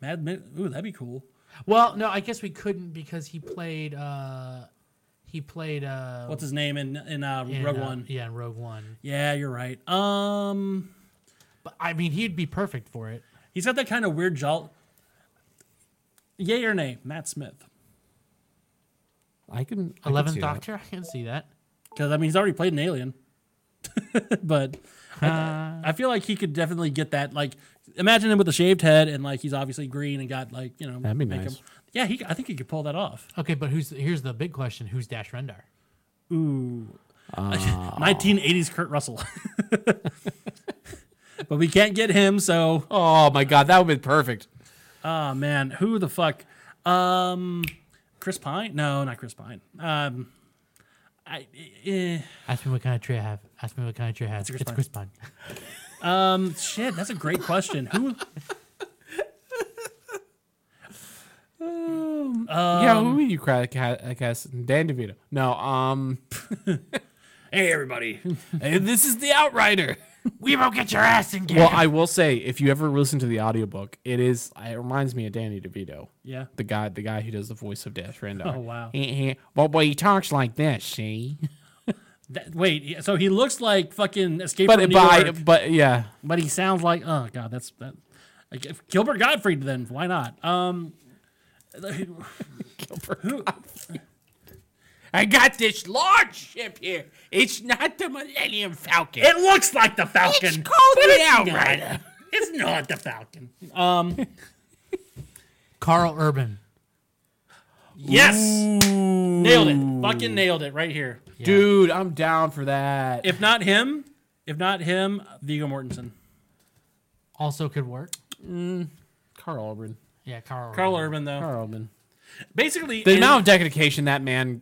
Mad, Mad, ooh, that'd be cool.
Well, no, I guess we couldn't because he played. uh He played. uh
Oh.
what's his name in in uh,
in,
Rogue
uh,
One.
Yeah, in Rogue One.
Yeah, you're right. Um,
But I mean, he'd be perfect for it.
he's got that kind of weird jolt. Yay or nay, Matt Smith?
I can. I can
Eleventh
see that.
Doctor, I can see that.
Because I mean, he's already played an alien, but
Uh.
I, I feel like he could definitely get that. Like, imagine him with a shaved head and like he's obviously green and got like you know.
That'd be
make
nice.
him- yeah, he, I think he could pull that off.
Okay, but who's here's the big question: Who's Dash Rendar?
Ooh. 1980s Kurt Russell. but we can't get him, so
Oh my God, that would be perfect.
Oh man, who the fuck? Um, Chris Pine? No, not Chris Pine. Um, I eh,
Ask me what kind of tree I have. Ask me what kind of tree I have. It's
Chris
Chris,
Pine.
Pine.
shit, that's a great question. Who?
yeah, who would you cra- ca- uh, cast? Dan DeVito. No. Um,
Hey everybody,
hey, this is the Outrider.
We will get your ass in game.
Well, I will say, if you ever listen to the audiobook, it is. It reminds me of Danny DeVito.
Yeah.
The guy, the guy who does the voice of Dash Rendar.
Oh, wow.
He, he, well, boy, he talks like this, see.
That- wait. yeah, So he looks like fucking Escape
But
from New
but, I-
York,
but yeah,
but he sounds like oh god, that's that. I guess Gilbert Gottfried. Then Uh, why not? Um, who?
I got this large ship here. It's not the Millennium Falcon.
It looks like the Falcon.
It's called
but
the
it's not.
Outrider.
It's not the Falcon.
Carl Urban.
Yes. Nailed it. Fucking nailed it right here.
Dude, I'm down for that.
If not him, if not him, Viggo Mortensen.
Also could work.
Carl Urban.
Yeah, Carl Urban.
Carl Urban though.
Carl Urban.
Basically
The
an-
amount of dedication that man.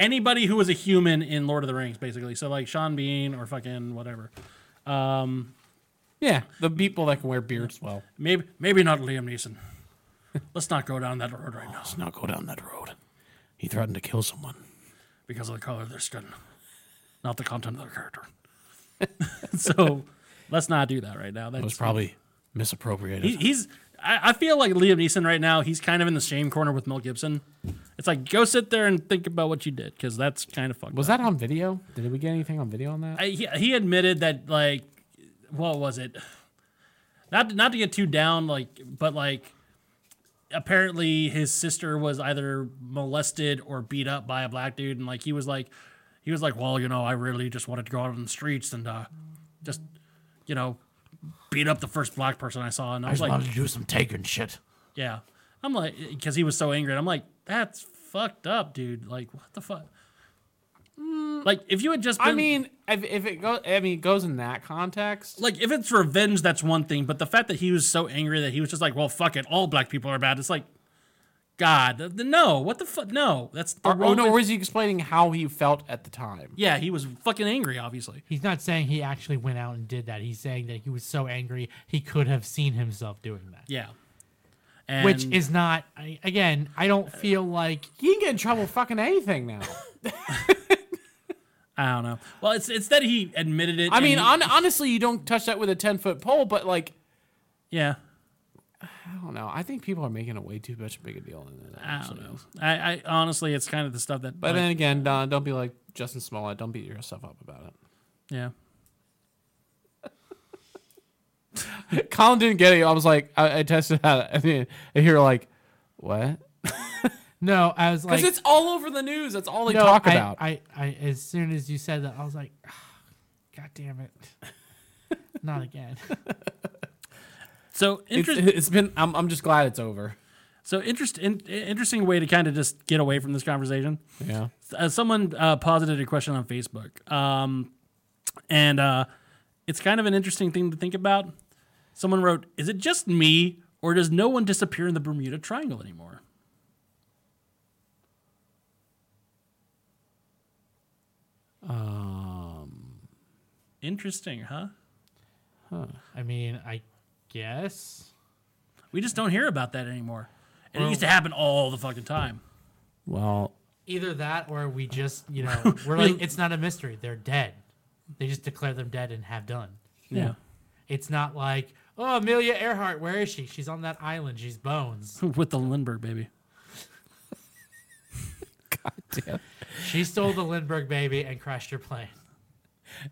anybody who was a human in Lord of the Rings basically. So like Sean Bean or fucking whatever.
Yeah, the people that can wear beards well.
Maybe maybe not Liam Neeson. Let's not go down that road right now
Let's not go down that road. He threatened to kill someone.
because of the color of their skin, not the content of their character. so let's not do that right now. That's
probably misappropriated.
He- he's. I, I feel like Liam Neeson right now. He's kind of in the same corner with Mel Gibson. It's like go sit there and think about what you did because that's kind of fucked.
was
up.
that on video? Did we get anything on video on that?
I, he, he admitted that like what was it? Not not to get too down like, but like apparently his sister was either molested or beat up by a black dude, and like he was like he was like, well, you know, I really just wanted to go out on the streets and uh, just you know beat up the first black person I saw, and I was like,
to do some taking shit.
Yeah. I'm like, because he was so angry. And I'm like, that's fucked up, dude. Like, what the fuck? Mm, Like, if you had just been.
I mean, if, if it goes, I mean, it goes in that context.
like, if it's revenge, that's one thing. But the fact that he was so angry that he was just like, well, fuck it. All black people are bad. It's like, God, th- th- no. What the fuck? No. That's the
Or, oh
wrong.
no,
way-
was he explaining how he felt at the time?
yeah, he was fucking angry, obviously.
He's not saying he actually went out and did that. He's saying that he was so angry he could have seen himself doing that.
Yeah. And
Which is not, I, again, I don't feel like
He can get in trouble fucking anything now.
I don't know. Well, it's it's that he admitted it.
I
and
mean,
he-
on, honestly, you don't touch that with a ten foot pole, but like,
yeah.
I don't know. I think people are making it way too much big a deal. Than it
I
actually
don't know.
is.
I, I honestly, it's kind of the stuff that.
But
like,
then again, Don, don't be like Justin Smollett. Don't beat yourself up about
yeah.
it. Colin didn't get it. I was like, I, I tested out. I mean, and you're like, what?
no. I was like,
Because it's all over the news. That's all they
no,
talk
I-
about.
I, I, as soon as you said that, I was like, "Ah, God damn it, not again.
So
It's-
interesting.
it's been. I'm, I'm just glad it's over.
So interest, in, interesting way to kind of just get away from this conversation.
Yeah.
Uh, someone uh, posited a question on Facebook, um, and uh, it's kind of an interesting thing to think about. Someone wrote, "Is it just me, or does no one disappear in the Bermuda Triangle anymore?" Interesting, huh?
I mean, I guess
We just don't hear about that anymore. And it used to happen all the fucking time.
Well,
either that or we just, you know, we're like, it's not a mystery. They're dead. They just declare them dead and have done.
Yeah.
It's not like, oh, Amelia Earhart, where is she? She's on that island. She's bones.
With the Lindbergh baby.
She stole the Lindbergh baby and crashed her plane.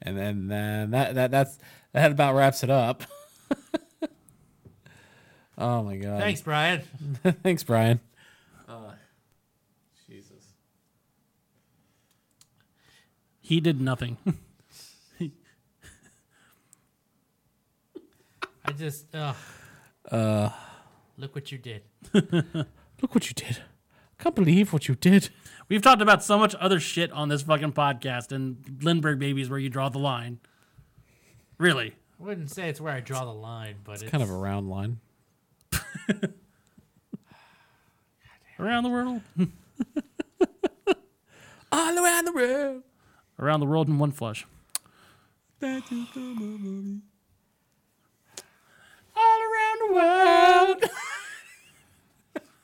and then uh, that that that's that about wraps it up. oh my god!
Thanks, Brian.
thanks, Brian. Jesus.
He did nothing.
I just, ugh.
Uh,
Look what you did.
Look what you did! I can't believe what you did.
We've talked about so much other shit on this fucking podcast, and Lindbergh baby is where you draw the line. Really?
I wouldn't say it's where I draw the line, but it's,
Kind of a round line.
Around the world?
All around the room.
Around the world in one flush.
All around the world.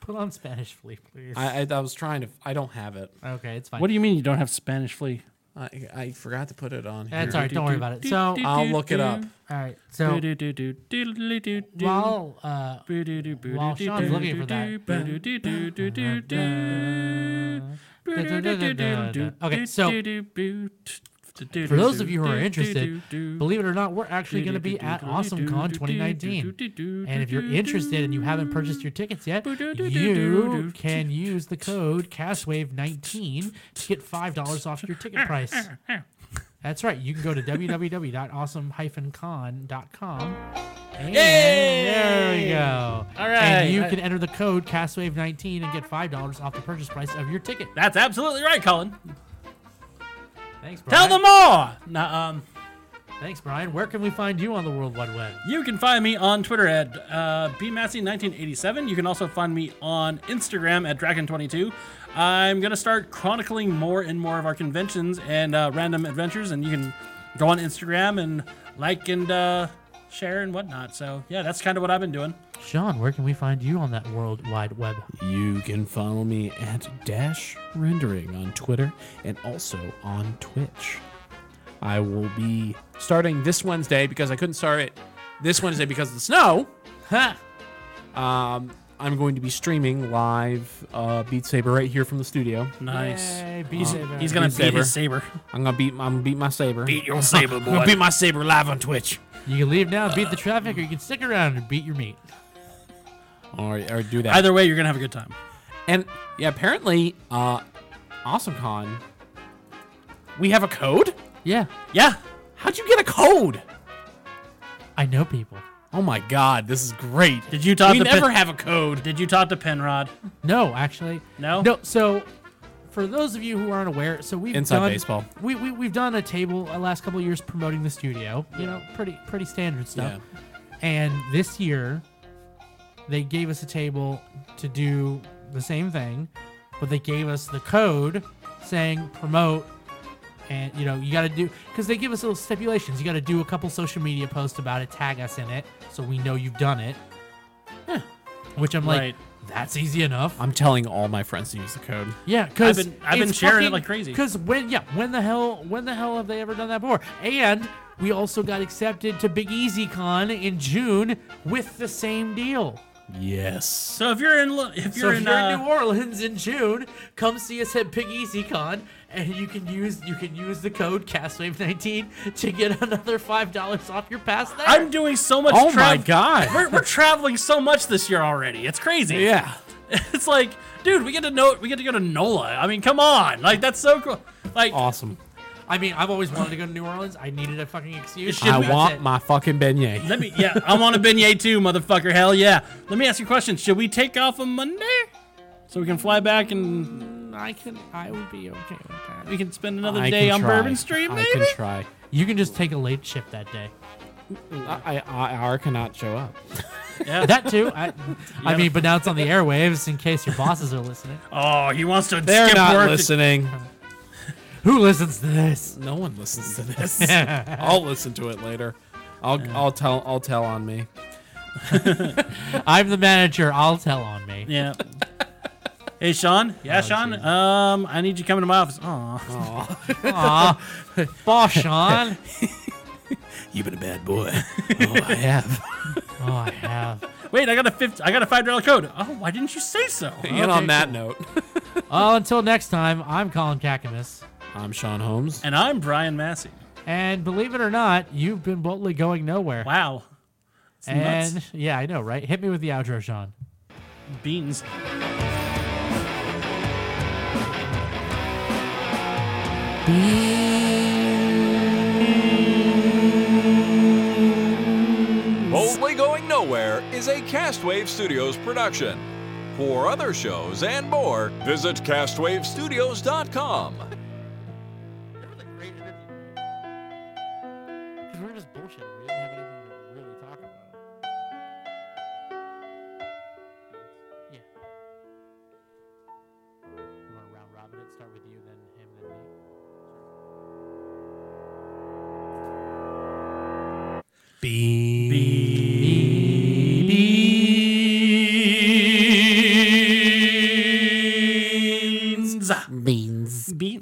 Put on Spanish flea, please.
I, I I was trying to. I don't have it.
okay, it's fine.
What do you mean you don't have Spanish flea?
I I forgot to put it on. Here.
That's all right. Don't worry about it. So, all
I'll look it up.
right. So, while uh,
While
Sean's looking for
that.
Okay, so- left. For those of you who are interested, believe it or not, we're actually going to be at AwesomeCon 2019. And if you're interested and you haven't purchased your tickets yet, you can use the code CastWave19 to get $5 off your ticket price. That's right. You can go to www.awesome-con.com. And there we go.
All right.
And you
I-
can enter the code CastWave19 and get $5 off the purchase price of your ticket.
That's absolutely right, Colin.
Thanks,
Tell
Brian.
them more. Nah, um,
Thanks, Brian. Where can we find you on the World Wide Web?
You can find me on Twitter at uh, bmassey1987. You can also find me on Instagram at dragon22. I'm gonna start chronicling more and more of our conventions and uh, random adventures, and you can go on Instagram and like and uh, share and whatnot. So yeah, that's kind of what I've been doing.
Sean, where can we find you on that World Wide Web?
You can follow me at Dash Rendering on Twitter and also on Twitch. I will be starting this Wednesday because I couldn't start it this Wednesday because of the snow.
Ha!
Um, I'm going to be streaming live uh, Beat Saber right here from the studio.
Nice.
Yay, be safe,
He's gonna beat
Beat
his saber.
I'm gonna beat. I'm gonna beat my saber. Beat
your saber,
I'm gonna beat my saber live on Twitch.
You can leave now, beat the traffic, or you can stick around and beat your meat.
Or, or do that.
Either way, you're gonna have a good time.
And yeah, apparently, uh, AwesomeCon. We have a code.
Yeah,
Yeah.
How'd you get a code?
I know people.
Oh my god, this is great.
Did you talk
We
to
never
Pen-
have a code.
Did you talk to Penrod?
No, actually,
No?
no. So, for those of you who aren't aware, so we've
Inside
done,
baseball.
We, we we've done a table uh, last couple of years promoting the studio. You know, pretty pretty standard stuff. And this year, they gave us a table to do the same thing, but they gave us the code saying promote. And you know you got to do because they give us little stipulations. You got to do a couple social media posts about it, tag us in it, so we know you've done it. Huh. Which I'm like,
Right.
that's easy enough.
I'm telling all my friends to use the code.
Yeah, because
been- I've been sharing it like crazy.
Because when yeah, when the hell when the hell have they ever done that before? And we also got accepted to Big Easy Con in June with the same deal.
Yes.
So if you're in, Lo- if
So
you're
if
in,
you're
uh,
in New Orleans in June, come see us at Big Easy Con, and you can use you can use the code Castwave19 to get another five dollars off your pass there.
I'm doing so much.
Oh my
trav-
god.
We're, we're traveling so much this year already. It's crazy.
yeah.
It's like, dude, we get to know we get to go to NOLA. I mean, come on. Like that's so cool. Like
Awesome.
I mean, I've always wanted to go to New Orleans. I needed a fucking excuse.
Should
I
we-
want
That's it.
my fucking beignet.
let me yeah, I'm on a beignet too, motherfucker. Hell yeah. Let me ask you a question. Should we take off on Monday? So we can fly back and
I can. I would be okay with that.
we can spend another
I
day
can
on
try.
Bourbon Street,
I
maybe?
can try.
You can just take a late shift that day.
I, I, I cannot show up.
That too. I, I mean, but now it's on the airwaves in case your bosses are listening.
Oh, he wants to
They're
skip
not
work.
listening.
Who listens to this?
No one listens to this. I'll listen to it later. I'll I'll tell I'll tell on me.
I'm the manager. I'll tell on me.
Yeah. Hey Sean, yeah Sean. Um, I need you coming to my office. Aw.
Aw, boss Sean.
You've been a bad boy. oh, I have.
Oh, I have.
Wait, I got a fifth. I got a five dollar code. Oh, why didn't you say so?
and on that note,
Well, until next time, I'm Colin Kakamas.
I'm Sean Holmes.
And I'm Brian Massey.
And believe it or not, you've been boldly going nowhere.
Wow. It's nuts.
and yeah, I know, right? Hit me with the outro, Sean.
beans.
Boldly Going Nowhere is a Castwave Studios production. For other shows and more, visit castwavestudios.com.
We're just bullshit. We didn't have anything to really talk about. Yeah. You want to round robin it? Start with you, then him, then me.
Beans. Beans.